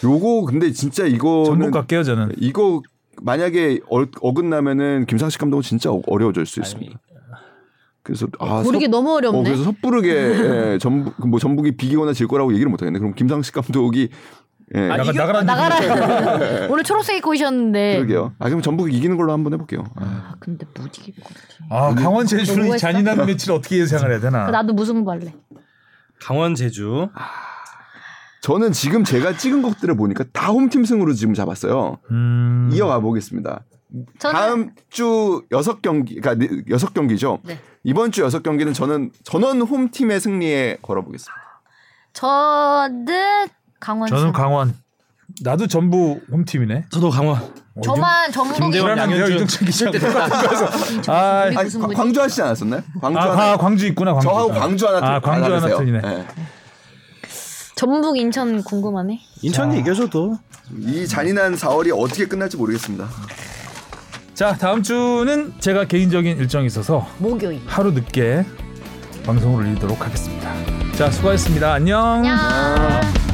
S4: 요거 근데 진짜 이거는
S2: 전북 갈게요 저는.
S4: 이거 만약에 어, 어긋나면은 김상식 감독은 진짜 어- 어려워질 수 있습니다. 그래서 아
S1: 모르기
S4: 섣-
S1: 너무
S4: 어,
S1: 어렵네.
S4: 그래서 섣부르게 예, 전북 뭐 전북이 비기거나 질 거라고 얘기를 못 하겠네. 그럼 김상식 감독이 예.
S3: 아,
S2: 나가
S3: 이겨-
S2: 나가라.
S1: 나가라. *laughs* 오늘 초록색 입고 오셨는데.
S4: 그러게요. 아 그럼 전북이 이기는 걸로 한번 해볼게요. 아,
S1: 아, 근데 못 이길 것 같아.
S2: 아, 강원 제주는 이
S1: 너무했어? 그
S2: 잔인한 매치를 어떻게 예상을 해야 되나?
S1: 나도 무슨 발래?
S3: 강원 제주.
S4: 저는 지금 제가 찍은 곡들을 보니까 다 홈팀 승으로 지금 잡았어요.
S2: 음.
S4: 이어가 보겠습니다.
S1: 저는-
S4: 다음 주 여섯 경기, 그러니까 네- 여섯 경기죠.
S1: 네.
S4: 이번 주 여섯 경기는 저는 전원 홈팀의 승리에 걸어보겠습니다.
S1: 저는 강원.
S2: 저는 강원. 나도 전부 홈팀이네.
S3: 저도 강원. 아,
S1: 저만 전북이
S3: 김대원
S2: 불안한데요, 이동찬
S3: 양현준.
S2: 기자.
S3: *laughs*
S2: 아,
S1: 우리
S4: 아,
S1: 무슨
S4: 과-
S1: 분이?
S4: 광주 하시지 않았었나요? 광주
S2: 아,
S4: 하나,
S2: 과- 광주 있구나. 광주.
S4: 저하고 광주 하나
S2: 아,
S4: 틀-
S2: 광주 하나
S4: 하세요.
S2: 틀리네.
S4: 예.
S1: 전북 인천 궁금하네.
S3: 인천이 이겨줘도
S4: 이 잔인한 4월이 어떻게 끝날지 모르겠습니다.
S2: 자, 다음 주는 제가 개인적인 일정이 있어서
S1: 목요일.
S2: 하루 늦게 방송을 올리도록 하겠습니다. 자, 수고하셨습니다. 안녕.
S1: 안녕.